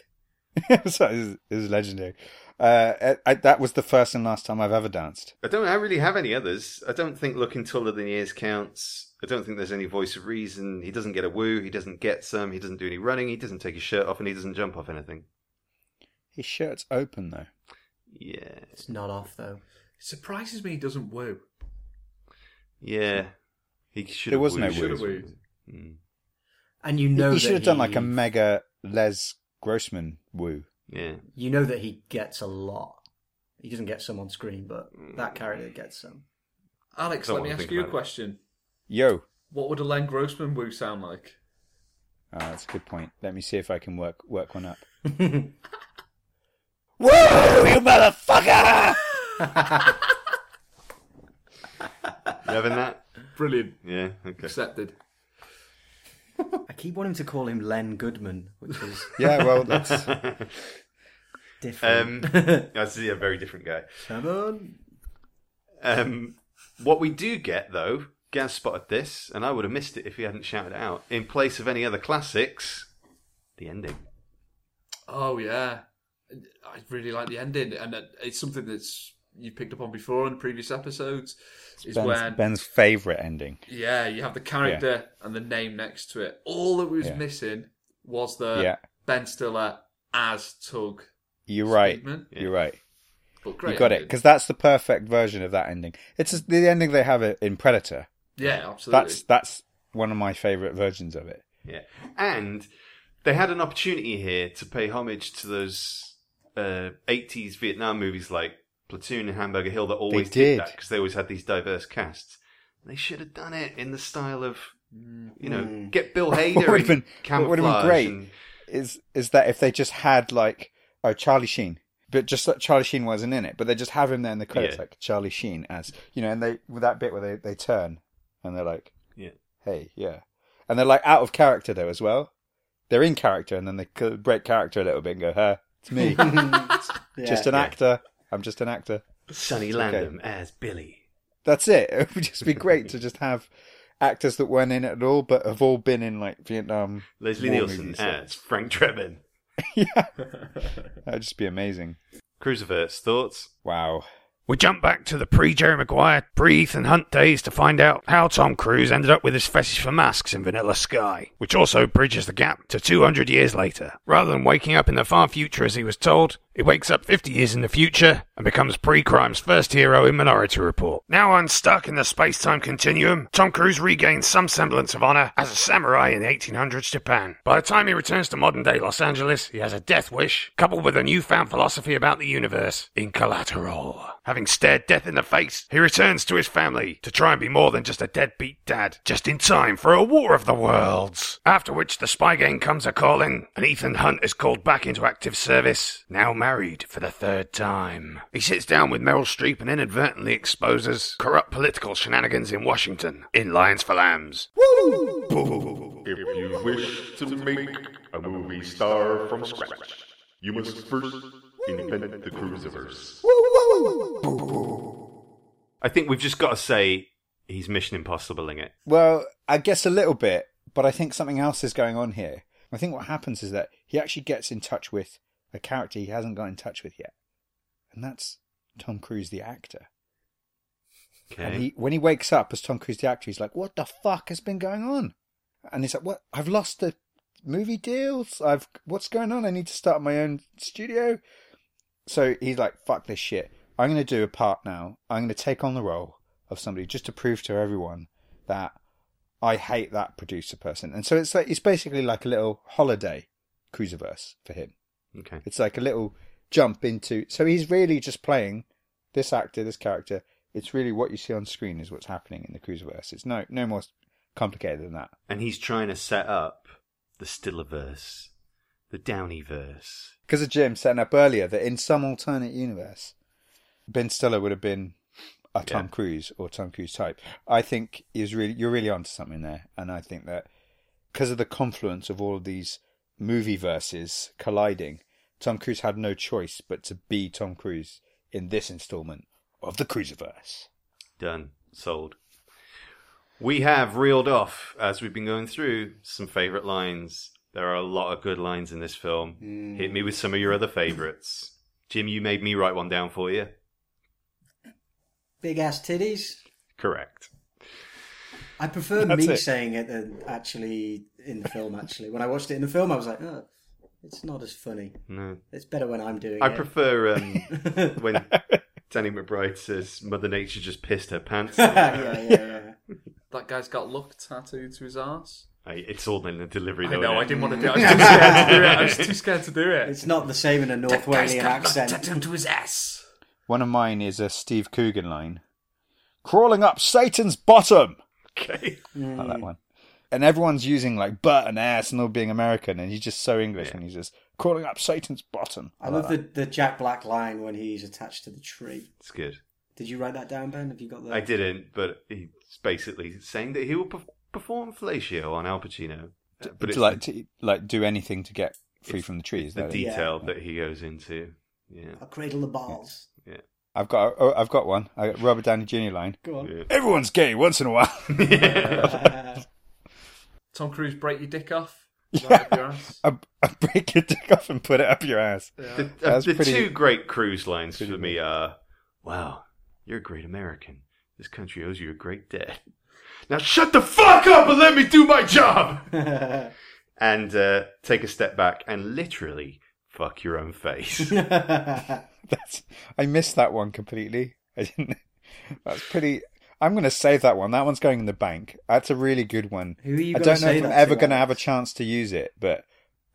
Speaker 1: so it, was, it was legendary. Uh, I- I, that was the first and last time I've ever danced.
Speaker 2: I don't. I really have any others. I don't think looking taller than he is counts. I don't think there's any voice of reason. He doesn't get a woo. He doesn't get some. He doesn't do any running. He doesn't take his shirt off, and he doesn't jump off anything.
Speaker 1: His shirt's open though.
Speaker 2: Yeah,
Speaker 4: It's not off though.
Speaker 3: surprises me he doesn't woo.
Speaker 2: yeah. He should.
Speaker 1: There
Speaker 2: have
Speaker 1: was no
Speaker 2: wooed.
Speaker 1: woo. Should've
Speaker 3: wooed.
Speaker 2: Mm.
Speaker 4: And you
Speaker 1: He-
Speaker 4: know
Speaker 1: he
Speaker 4: that
Speaker 1: should have done like a
Speaker 4: he-
Speaker 1: mega Les Grossman woo.
Speaker 2: Yeah.
Speaker 4: You know that he gets a lot. He doesn't get some on screen, but
Speaker 1: Mm.
Speaker 4: that character gets some.
Speaker 3: Alex,
Speaker 2: Don't
Speaker 3: let me
Speaker 2: wanna
Speaker 3: ask
Speaker 2: think
Speaker 3: you a
Speaker 2: about it.
Speaker 3: question.
Speaker 1: Yo,
Speaker 3: What would a Len Grossman woo sound like?
Speaker 1: oh, that's a good point. Let me see if I can work work one up.
Speaker 4: That's
Speaker 1: Woo, you motherfucker!
Speaker 2: You having that?
Speaker 3: Brilliant.
Speaker 2: Yeah. Okay.
Speaker 3: Accepted.
Speaker 4: I keep wanting to call him Len Goodman, which is
Speaker 1: Yeah, well, that's
Speaker 4: different.
Speaker 2: um, that's yeah, a very different guy.
Speaker 4: Seven.
Speaker 2: Um, what we do get though, Gaz spotted this, and I would have missed it if he hadn't shouted it out. In place of any other classics, the ending.
Speaker 3: Oh yeah, I really like the ending, and it- it's something that's you picked up on before in previous episodes. Is
Speaker 1: Ben's,
Speaker 3: when
Speaker 1: Ben's favorite ending.
Speaker 3: yeah, you have the character and the name next to it. All that was
Speaker 1: Yeah.
Speaker 3: missing was the
Speaker 1: Yeah.
Speaker 3: Ben Stiller as Tug.
Speaker 1: You're right.
Speaker 3: Speedman.
Speaker 1: You're right.
Speaker 3: But great,
Speaker 1: you got it
Speaker 3: ending.
Speaker 1: because that's the perfect version of that ending. It's just the ending they have it in Predator.
Speaker 3: yeah, absolutely.
Speaker 1: That's that's one of my favorite versions of it.
Speaker 2: Yeah, and they had an opportunity here to pay homage to those uh, '80s Vietnam movies like Platoon and Hamburger Hill that always
Speaker 1: did.
Speaker 2: did that because they always had these diverse casts. They should have done it in the style of, you know,
Speaker 4: Mm.
Speaker 2: get Bill
Speaker 1: What
Speaker 2: Hader
Speaker 1: Hmm. would've
Speaker 2: in
Speaker 1: been- what would've been
Speaker 2: camouflage.
Speaker 1: great.
Speaker 2: and-
Speaker 1: Is is that if they just had like oh Charlie Sheen, but just that Charlie Sheen wasn't in it, but they just have him there in the credits
Speaker 2: Yeah.
Speaker 1: like Charlie Sheen as you know, and they with that bit where they they turn and they're like,
Speaker 2: Yeah.
Speaker 1: hey, yeah, and they're like out of character though as well. They're in character and then they c- break character a little bit and go, huh, it's me,
Speaker 4: Yeah.
Speaker 1: just an
Speaker 2: Yeah.
Speaker 1: actor. I'm just an actor.
Speaker 2: Sonny Landham as Billy.
Speaker 1: That's it. It would just be great to just have actors that weren't in it at all, but have all been in like Vietnam.
Speaker 2: Leslie
Speaker 1: war
Speaker 2: Nielsen
Speaker 1: movies.
Speaker 2: as Frank Drebin.
Speaker 1: yeah, that'd just be amazing.
Speaker 2: Cruiserverse, thoughts?
Speaker 1: Wow.
Speaker 5: We jump back to the pre Jerry Maguire, pre Ethan Hunt days to find out how Tom Cruise ended up with his fetish for masks in Vanilla Sky, which also bridges the gap to 200 years later. Rather than waking up in the far future as he was told, he wakes up 50 years in the future and becomes pre crime's first hero in Minority Report. Now unstuck in the space time continuum, Tom Cruise regains some semblance of honor as a samurai in 1800s Japan. By the time he returns to modern day Los Angeles, he has a death wish, coupled with a newfound philosophy about the universe in collateral. Having stared death in the face, he returns to his family to try and be more than just a deadbeat dad, just in time for a War of the Worlds. After which the spy gang comes a calling, and Ethan Hunt is called back into active service, now married for the third time. He sits down with Meryl Streep and inadvertently exposes corrupt political shenanigans in Washington, in Lions for Lambs.
Speaker 6: If you wish to make a movie star from scratch, you must first invent the Cruiserverse.
Speaker 2: I think we've just got to say he's Mission Impossibleing it.
Speaker 1: Well, I guess a little bit, but I think something else is going on here. I think what happens is that he actually gets in touch with a character he hasn't got in touch with yet, and that's Tom Cruise, the actor. And he, when he wakes up as Tom Cruise, the actor, he's like, "What the fuck has been going on?" And he's like, "What? I've lost the movie deals. I've what's going on? I need to start my own studio." So he's like, "Fuck this shit. I'm going to do a part now. I'm going to take on the role of somebody just to prove to everyone that I hate that producer person." And so it's like it's basically like a little holiday cruiserverse for him.
Speaker 2: Okay.
Speaker 1: It's like a little jump into. So he's really just playing this actor, this character. It's really what you see on screen is what's happening in the Cruiserverse. It's no no more complicated than that.
Speaker 2: And he's trying to set up the Stillerverse, the Downyverse.
Speaker 1: Because of Jim setting up earlier that in some alternate universe, Ben Stiller would have been a Tom
Speaker 2: Yeah.
Speaker 1: Cruise or Tom Cruise type. I think is really you're really onto something there, and I think that because of the confluence of all of these movie verses colliding, Tom Cruise had no choice but to be Tom Cruise in this installment of the Cruiserverse.
Speaker 2: Done. Sold. We have reeled off, as we've been going through, some favourite lines. There are a lot of good lines in this film.
Speaker 1: Mm.
Speaker 2: Hit me with some of your other favourites. Jim, you made me write one down for you.
Speaker 4: Big ass titties.
Speaker 2: Correct.
Speaker 4: I prefer
Speaker 1: That's
Speaker 4: me
Speaker 1: it.
Speaker 4: saying it than actually in the film. Actually, when I watched it in the film, I was like, oh, it's not as funny.
Speaker 2: No.
Speaker 4: It's better when I'm doing
Speaker 2: I
Speaker 4: it.
Speaker 2: prefer um, when Danny McBride says Mother Nature just pissed her pants.
Speaker 4: yeah, yeah, yeah.
Speaker 3: That guy's got luck tattooed to his ass.
Speaker 2: I, it's all in the delivery,
Speaker 3: I
Speaker 2: though.
Speaker 3: know, I
Speaker 2: innit?
Speaker 3: didn't want to do it. I was too scared to do it. I was too scared to do it.
Speaker 4: It's not the same in a North Walian accent.
Speaker 3: tattooed to his ass.
Speaker 1: One of mine is a Steve Coogan line. Crawling up Satan's bottom.
Speaker 2: Okay.
Speaker 1: I like
Speaker 2: Mm.
Speaker 1: that one. And everyone's using like butt and ass and all being American, and he's just so English when he's just crawling up Satan's bottom.
Speaker 4: I love
Speaker 1: like
Speaker 4: the, the Jack Black line when he's attached to the tree.
Speaker 2: It's good.
Speaker 4: Did you write that down, Ben? Have you got the?
Speaker 2: I didn't, but he's basically saying that he will perf- perform fellatio on Al Pacino. Uh,
Speaker 1: that.
Speaker 2: But it's
Speaker 1: to, like to, like do anything to get free
Speaker 2: It's
Speaker 1: from the trees.
Speaker 2: the
Speaker 1: that it?
Speaker 2: detail that he goes into. Yeah.
Speaker 4: I'll cradle the balls.
Speaker 1: I've got oh, I've got one. I got Robert Downey Jr. line.
Speaker 4: Go on.
Speaker 2: Yeah.
Speaker 1: Everyone's gay once in a while.
Speaker 3: Tom Cruise, break your dick off.
Speaker 1: Yeah.
Speaker 3: Right up your ass.
Speaker 1: I, I break your dick off and put it up your ass.
Speaker 3: Yeah.
Speaker 2: The, uh,
Speaker 1: That's
Speaker 2: the
Speaker 1: pretty-
Speaker 2: two great cruise lines for
Speaker 1: pretty
Speaker 2: me are Wow, you're a great American. This country owes you a great debt. Now shut the fuck up and let me do my job! and uh, take a step back and literally fuck your own face.
Speaker 1: That's I missed that one completely. I didn't. That's pretty. I'm going to save that one. That one's going in the bank. That's a really good one.
Speaker 4: Who are you
Speaker 1: I
Speaker 4: gonna
Speaker 1: don't know
Speaker 4: say
Speaker 1: if I'm
Speaker 4: that to,
Speaker 1: ever going to have a
Speaker 4: Alex?
Speaker 1: chance to use it, but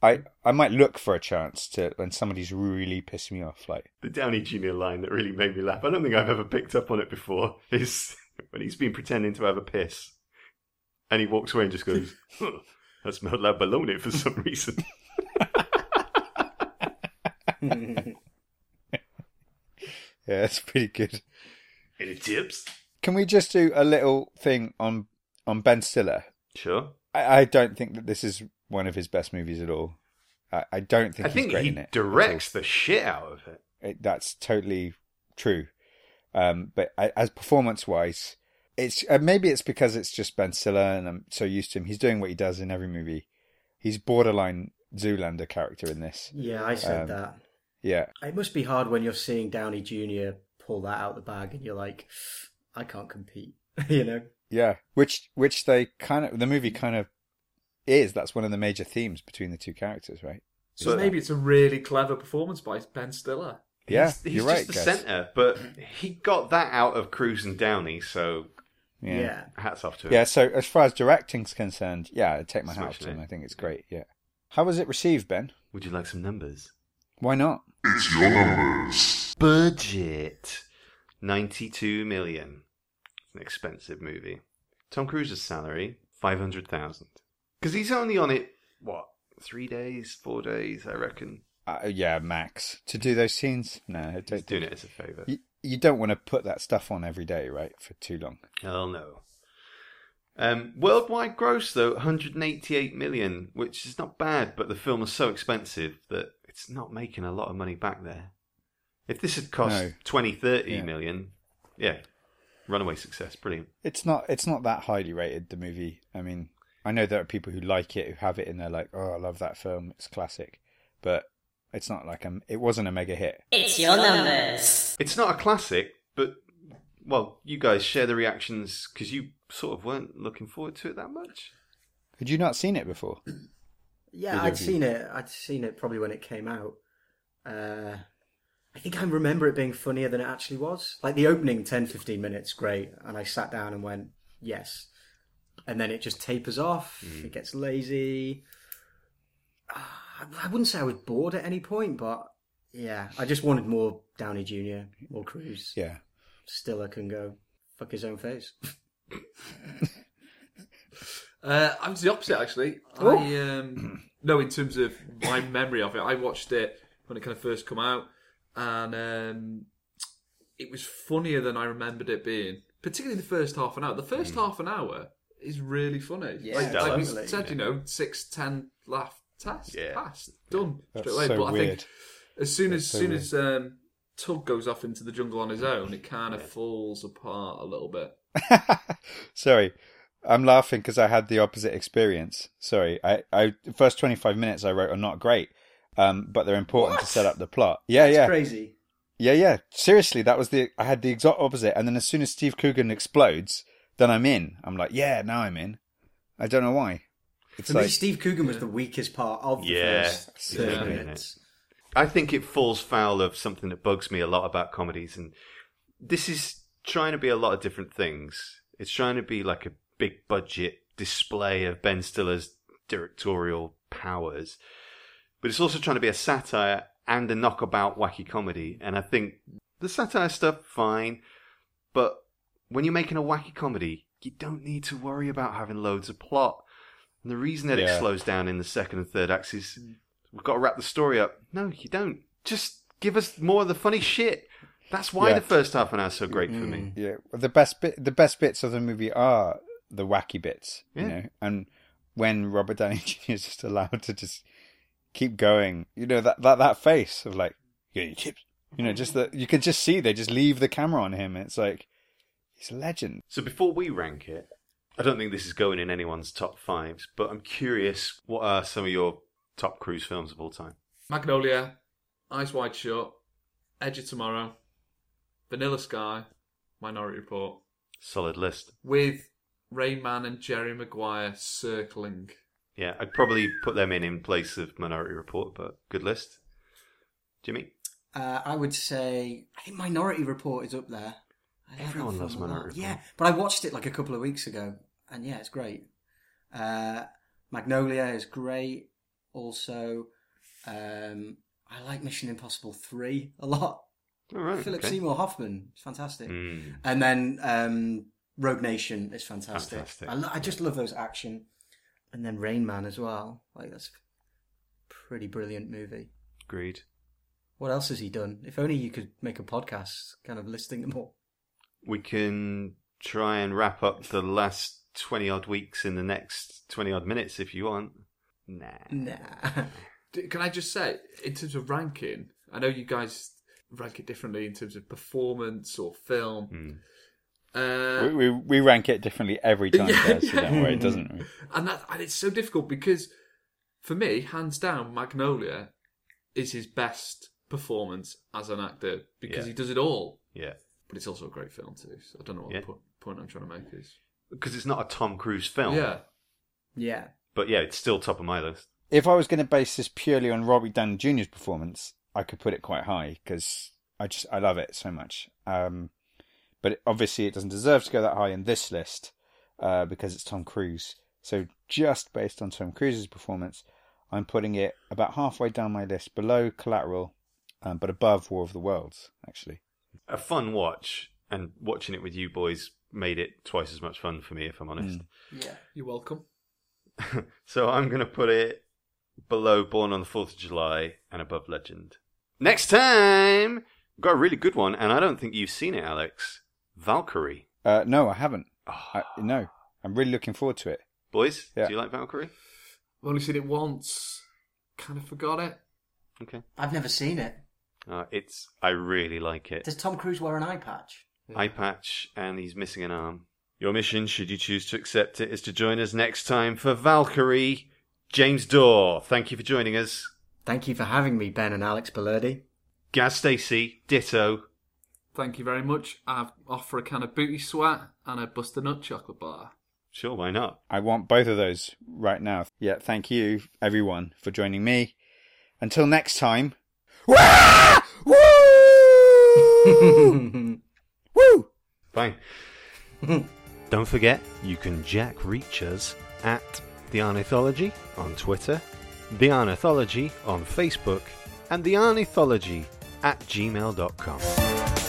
Speaker 1: I I might look for a chance to when somebody's really pissing me off. Like
Speaker 2: the Downey Jr. line that really made me laugh. I don't think I've ever picked up on it before. Is when he's been pretending to have a piss, and he walks away and just goes, huh, "That smelled like bologna for some reason."
Speaker 1: yeah, that's pretty good.
Speaker 2: Any tips?
Speaker 1: Can we just do a little thing on on Ben Stiller?
Speaker 2: Sure.
Speaker 1: I, I don't think that this is one of his best movies at all. I, I don't think
Speaker 2: I
Speaker 1: he's
Speaker 2: think
Speaker 1: great
Speaker 2: he
Speaker 1: in it. at all.
Speaker 2: directs the shit out of it.
Speaker 1: It, that's totally true. Um, but I, as performance wise, it's uh, maybe it's because it's just Ben Stiller and I'm so used to him. He's doing what he does in every movie. He's borderline Zoolander character in this.
Speaker 4: yeah, I said
Speaker 1: Um,
Speaker 4: that.
Speaker 1: Yeah.
Speaker 4: It must be hard when you're seeing Downey Jr. pull that out the bag and you're like, I can't compete, you know?
Speaker 1: Yeah, which which they kind of the movie kind of is. That's one of the major themes between the two characters, right?
Speaker 3: So
Speaker 1: But-
Speaker 3: maybe it's a really clever performance by Ben Stiller.
Speaker 1: Yeah,
Speaker 2: he's, he's
Speaker 1: you're right.
Speaker 2: just the
Speaker 1: Gus.
Speaker 2: centre, but he got that out of Cruise and Downey, so
Speaker 1: Yeah. yeah,
Speaker 2: hats off to him.
Speaker 1: So as far as directing's concerned, yeah, I take my hat off to
Speaker 2: Smashing
Speaker 1: him.
Speaker 2: it.
Speaker 1: I think it's great. Yeah. How was it received, Ben?
Speaker 2: Would you like some numbers?
Speaker 1: Why not?
Speaker 2: Budget 92 million. It's an expensive movie. Tom Cruise's salary 500,000. Cuz he's only on it what? 3 days, 4 days, I reckon.
Speaker 1: Uh, yeah, Max to do those scenes. No, I don't.
Speaker 2: He's
Speaker 1: think-
Speaker 2: doing it as a favor.
Speaker 1: You, you don't want to put that stuff on every day, right? For too long.
Speaker 2: Hell no. Um, worldwide gross though 188 million, which is not bad, but the film was so expensive that it's not making a lot of money back there. If this had cost
Speaker 1: No.
Speaker 2: twenty, thirty
Speaker 1: Yeah.
Speaker 2: million, yeah, runaway success, brilliant.
Speaker 1: It's not. It's not that highly rated. The movie. I mean, I know there are people who like it, who have it, and they're like, "Oh, I love that film. It's classic." But it's not like um. It wasn't a mega hit.
Speaker 7: It's your numbers.
Speaker 2: It's not a classic, but well, you guys share the reactions because you sort of weren't looking forward to it that much.
Speaker 1: Had you not seen it before?
Speaker 4: Yeah,
Speaker 1: Either
Speaker 4: I'd
Speaker 1: of you.
Speaker 4: seen it. I'd seen it probably when it came out. Uh, I think I remember it being funnier than it actually was. Like the opening 10, 15 minutes, great. And I sat down and went, yes. And then it just tapers off. It gets lazy. Ah, I wouldn't say I was bored at any point, but yeah, I just wanted more Downey Jr., more Cruise.
Speaker 1: Yeah.
Speaker 4: Stiller can go fuck his own face.
Speaker 3: Uh, I was the opposite actually.
Speaker 4: Oh.
Speaker 3: I um, no, in terms of my memory of it, I watched it when it kind of first come out, and um, it was funnier than I remembered it being. Particularly the first half an hour. The
Speaker 1: Hmm.
Speaker 3: first half an hour is really funny.
Speaker 4: Yeah,
Speaker 3: like, like we
Speaker 4: definitely,
Speaker 3: said, you know, six, ten laugh, test,
Speaker 2: Yeah.
Speaker 3: pass, done
Speaker 1: That's
Speaker 3: straight away.
Speaker 1: so
Speaker 3: but I
Speaker 1: weird.
Speaker 3: think as soon as
Speaker 1: so
Speaker 3: soon
Speaker 1: weird.
Speaker 3: as um, Tug goes off into the jungle on his own, it kind of falls apart a little bit.
Speaker 1: Sorry, I'm laughing because I had the opposite experience. Sorry, I, I the first 25 minutes I wrote are not great, um, but they're important to set up the plot. Yeah,
Speaker 4: It's
Speaker 1: yeah,
Speaker 4: crazy.
Speaker 1: yeah, yeah. Seriously, that was the I had the exact opposite, and then as soon as Steve Coogan explodes, then I'm in. I'm like, yeah, now I'm in. I don't know why. It's
Speaker 4: For me,
Speaker 1: like
Speaker 4: Steve Coogan was the weakest part of the
Speaker 2: Yeah.
Speaker 4: first 30
Speaker 2: Yeah.
Speaker 4: minutes.
Speaker 2: I think it falls foul of something that bugs me a lot about comedies, and this is trying to be a lot of different things. It's trying to be like a big budget display of Ben Stiller's directorial powers, but it's also trying to be a satire and a knockabout wacky comedy. And I think the satire stuff, fine, but when you're making a wacky comedy, you don't need to worry about having loads of plot. And the reason that
Speaker 1: Yeah.
Speaker 2: it slows down in the second and third acts is we've got to wrap the story up. No, you don't. Just give us more of the funny shit. That's why
Speaker 1: Yeah.
Speaker 2: the first half an hour is so great for
Speaker 4: Hmm. Mm-hmm.
Speaker 2: me.
Speaker 1: yeah, the best bit, the best bits of the movie are the wacky bits,
Speaker 2: Yeah.
Speaker 1: you know, and when Robert Downey Jr. is just allowed to just keep going, you know, that that that face of like, yeah, you keep, you know, just that you could just see they just leave the camera on him. It's like he's a legend.
Speaker 2: So before we rank it, I don't think this is going in anyone's top fives, but I'm curious what are some of your top cruise films of all time?
Speaker 3: Magnolia, Eyes Wide Shut, Edge of Tomorrow, Vanilla Sky, Minority Report,
Speaker 2: Solid list.
Speaker 3: with Rayman and Jerry Maguire circling.
Speaker 2: Yeah, I'd probably put them in in place of Minority Report, but good list. Jimmy?
Speaker 4: Uh, I would say I think Minority Report is up there. I love
Speaker 2: Everyone
Speaker 4: that
Speaker 2: loves
Speaker 4: film a
Speaker 2: Minority
Speaker 4: lot. Yeah,
Speaker 2: Report.
Speaker 4: but I watched it like a couple of weeks ago, and yeah, it's great. Uh, Magnolia is great. Also, um, I like Mission Impossible Three a lot.
Speaker 2: All right.
Speaker 4: Philip
Speaker 2: Oh, okay.
Speaker 4: Seymour Hoffman is fantastic,
Speaker 2: Mm.
Speaker 4: and then um, Rogue Nation is fantastic.
Speaker 2: Fantastic.
Speaker 4: I, lo- I just love those action, and then Rain Man as well. Like that's a pretty brilliant movie.
Speaker 2: Agreed.
Speaker 4: What else has he done? If only you could make a podcast kind of listing them all.
Speaker 2: we can try and wrap up the last 20 odd weeks in the next 20 odd minutes if you want. Nah.
Speaker 4: Nah.
Speaker 3: D- Can I just say, in terms of ranking, I know you guys rank it differently in terms of performance or film.
Speaker 2: Mm.
Speaker 3: Uh,
Speaker 1: We we, we rank it differently every time,
Speaker 3: Yeah,
Speaker 1: guys, so don't
Speaker 3: yeah.
Speaker 1: worry, it doesn't. we?
Speaker 3: and that and it's so difficult because for me, hands down, Magnolia is his best performance as an actor because
Speaker 2: Yeah.
Speaker 3: he does it all.
Speaker 2: Yeah.
Speaker 3: But it's also a great film too. So I don't know what
Speaker 2: Yeah.
Speaker 3: the po- point I'm trying to make is.
Speaker 2: Because it's not a Tom Cruise film.
Speaker 3: Yeah,
Speaker 4: Yeah.
Speaker 2: But yeah, it's still top of my list.
Speaker 1: If I was going to base this purely on Robbie Downey Jr.'s performance, I could put it quite high because I just I love it so much. Um, but it- obviously, it doesn't deserve to go that high in this list uh, because it's Tom Cruise. So just based on Tom Cruise's performance, I'm putting it about halfway down my list, below Collateral, um, but above War of the Worlds. Actually,
Speaker 2: A fun watch, and watching it with you boys made it twice as much fun for me, if I'm honest.
Speaker 4: Yeah.
Speaker 3: you're welcome.
Speaker 2: So I'm going to put it below Born on the 4th of July and above Legend. Next time, got a really good one, and I don't think you've seen it, Alex. Valkyrie.
Speaker 1: uh, no, I haven't.
Speaker 2: Ah.
Speaker 1: I, no, I'm really looking forward to it.
Speaker 2: Boys,
Speaker 1: Yeah.
Speaker 2: do you like Valkyrie?
Speaker 3: I've only seen it once. Kind of forgot it.
Speaker 2: Okay.
Speaker 4: I've never seen it.
Speaker 2: Uh, it's I really like it.
Speaker 4: Does Tom Cruise wear an eye patch?
Speaker 2: Eye patch, and he's missing an arm. Your mission, should you choose to accept it, is to join us next time for Valkyrie. James Dorr, thank you for joining us.
Speaker 4: Thank you for having me, Ben and Alex Bellardi.
Speaker 2: Gaz Stacy, ditto.
Speaker 3: Thank you very much. I offer a can of booty sweat and a Buster Nut chocolate bar.
Speaker 2: Sure, why not?
Speaker 1: I want both of those right now. Yeah, thank you, everyone, for joining me. Until next time. Woo!
Speaker 2: Fine. Don't forget, you can Jack reach us at The Arnithology on Twitter, The Arnithology on Facebook, and The Arnithology at gmail.com.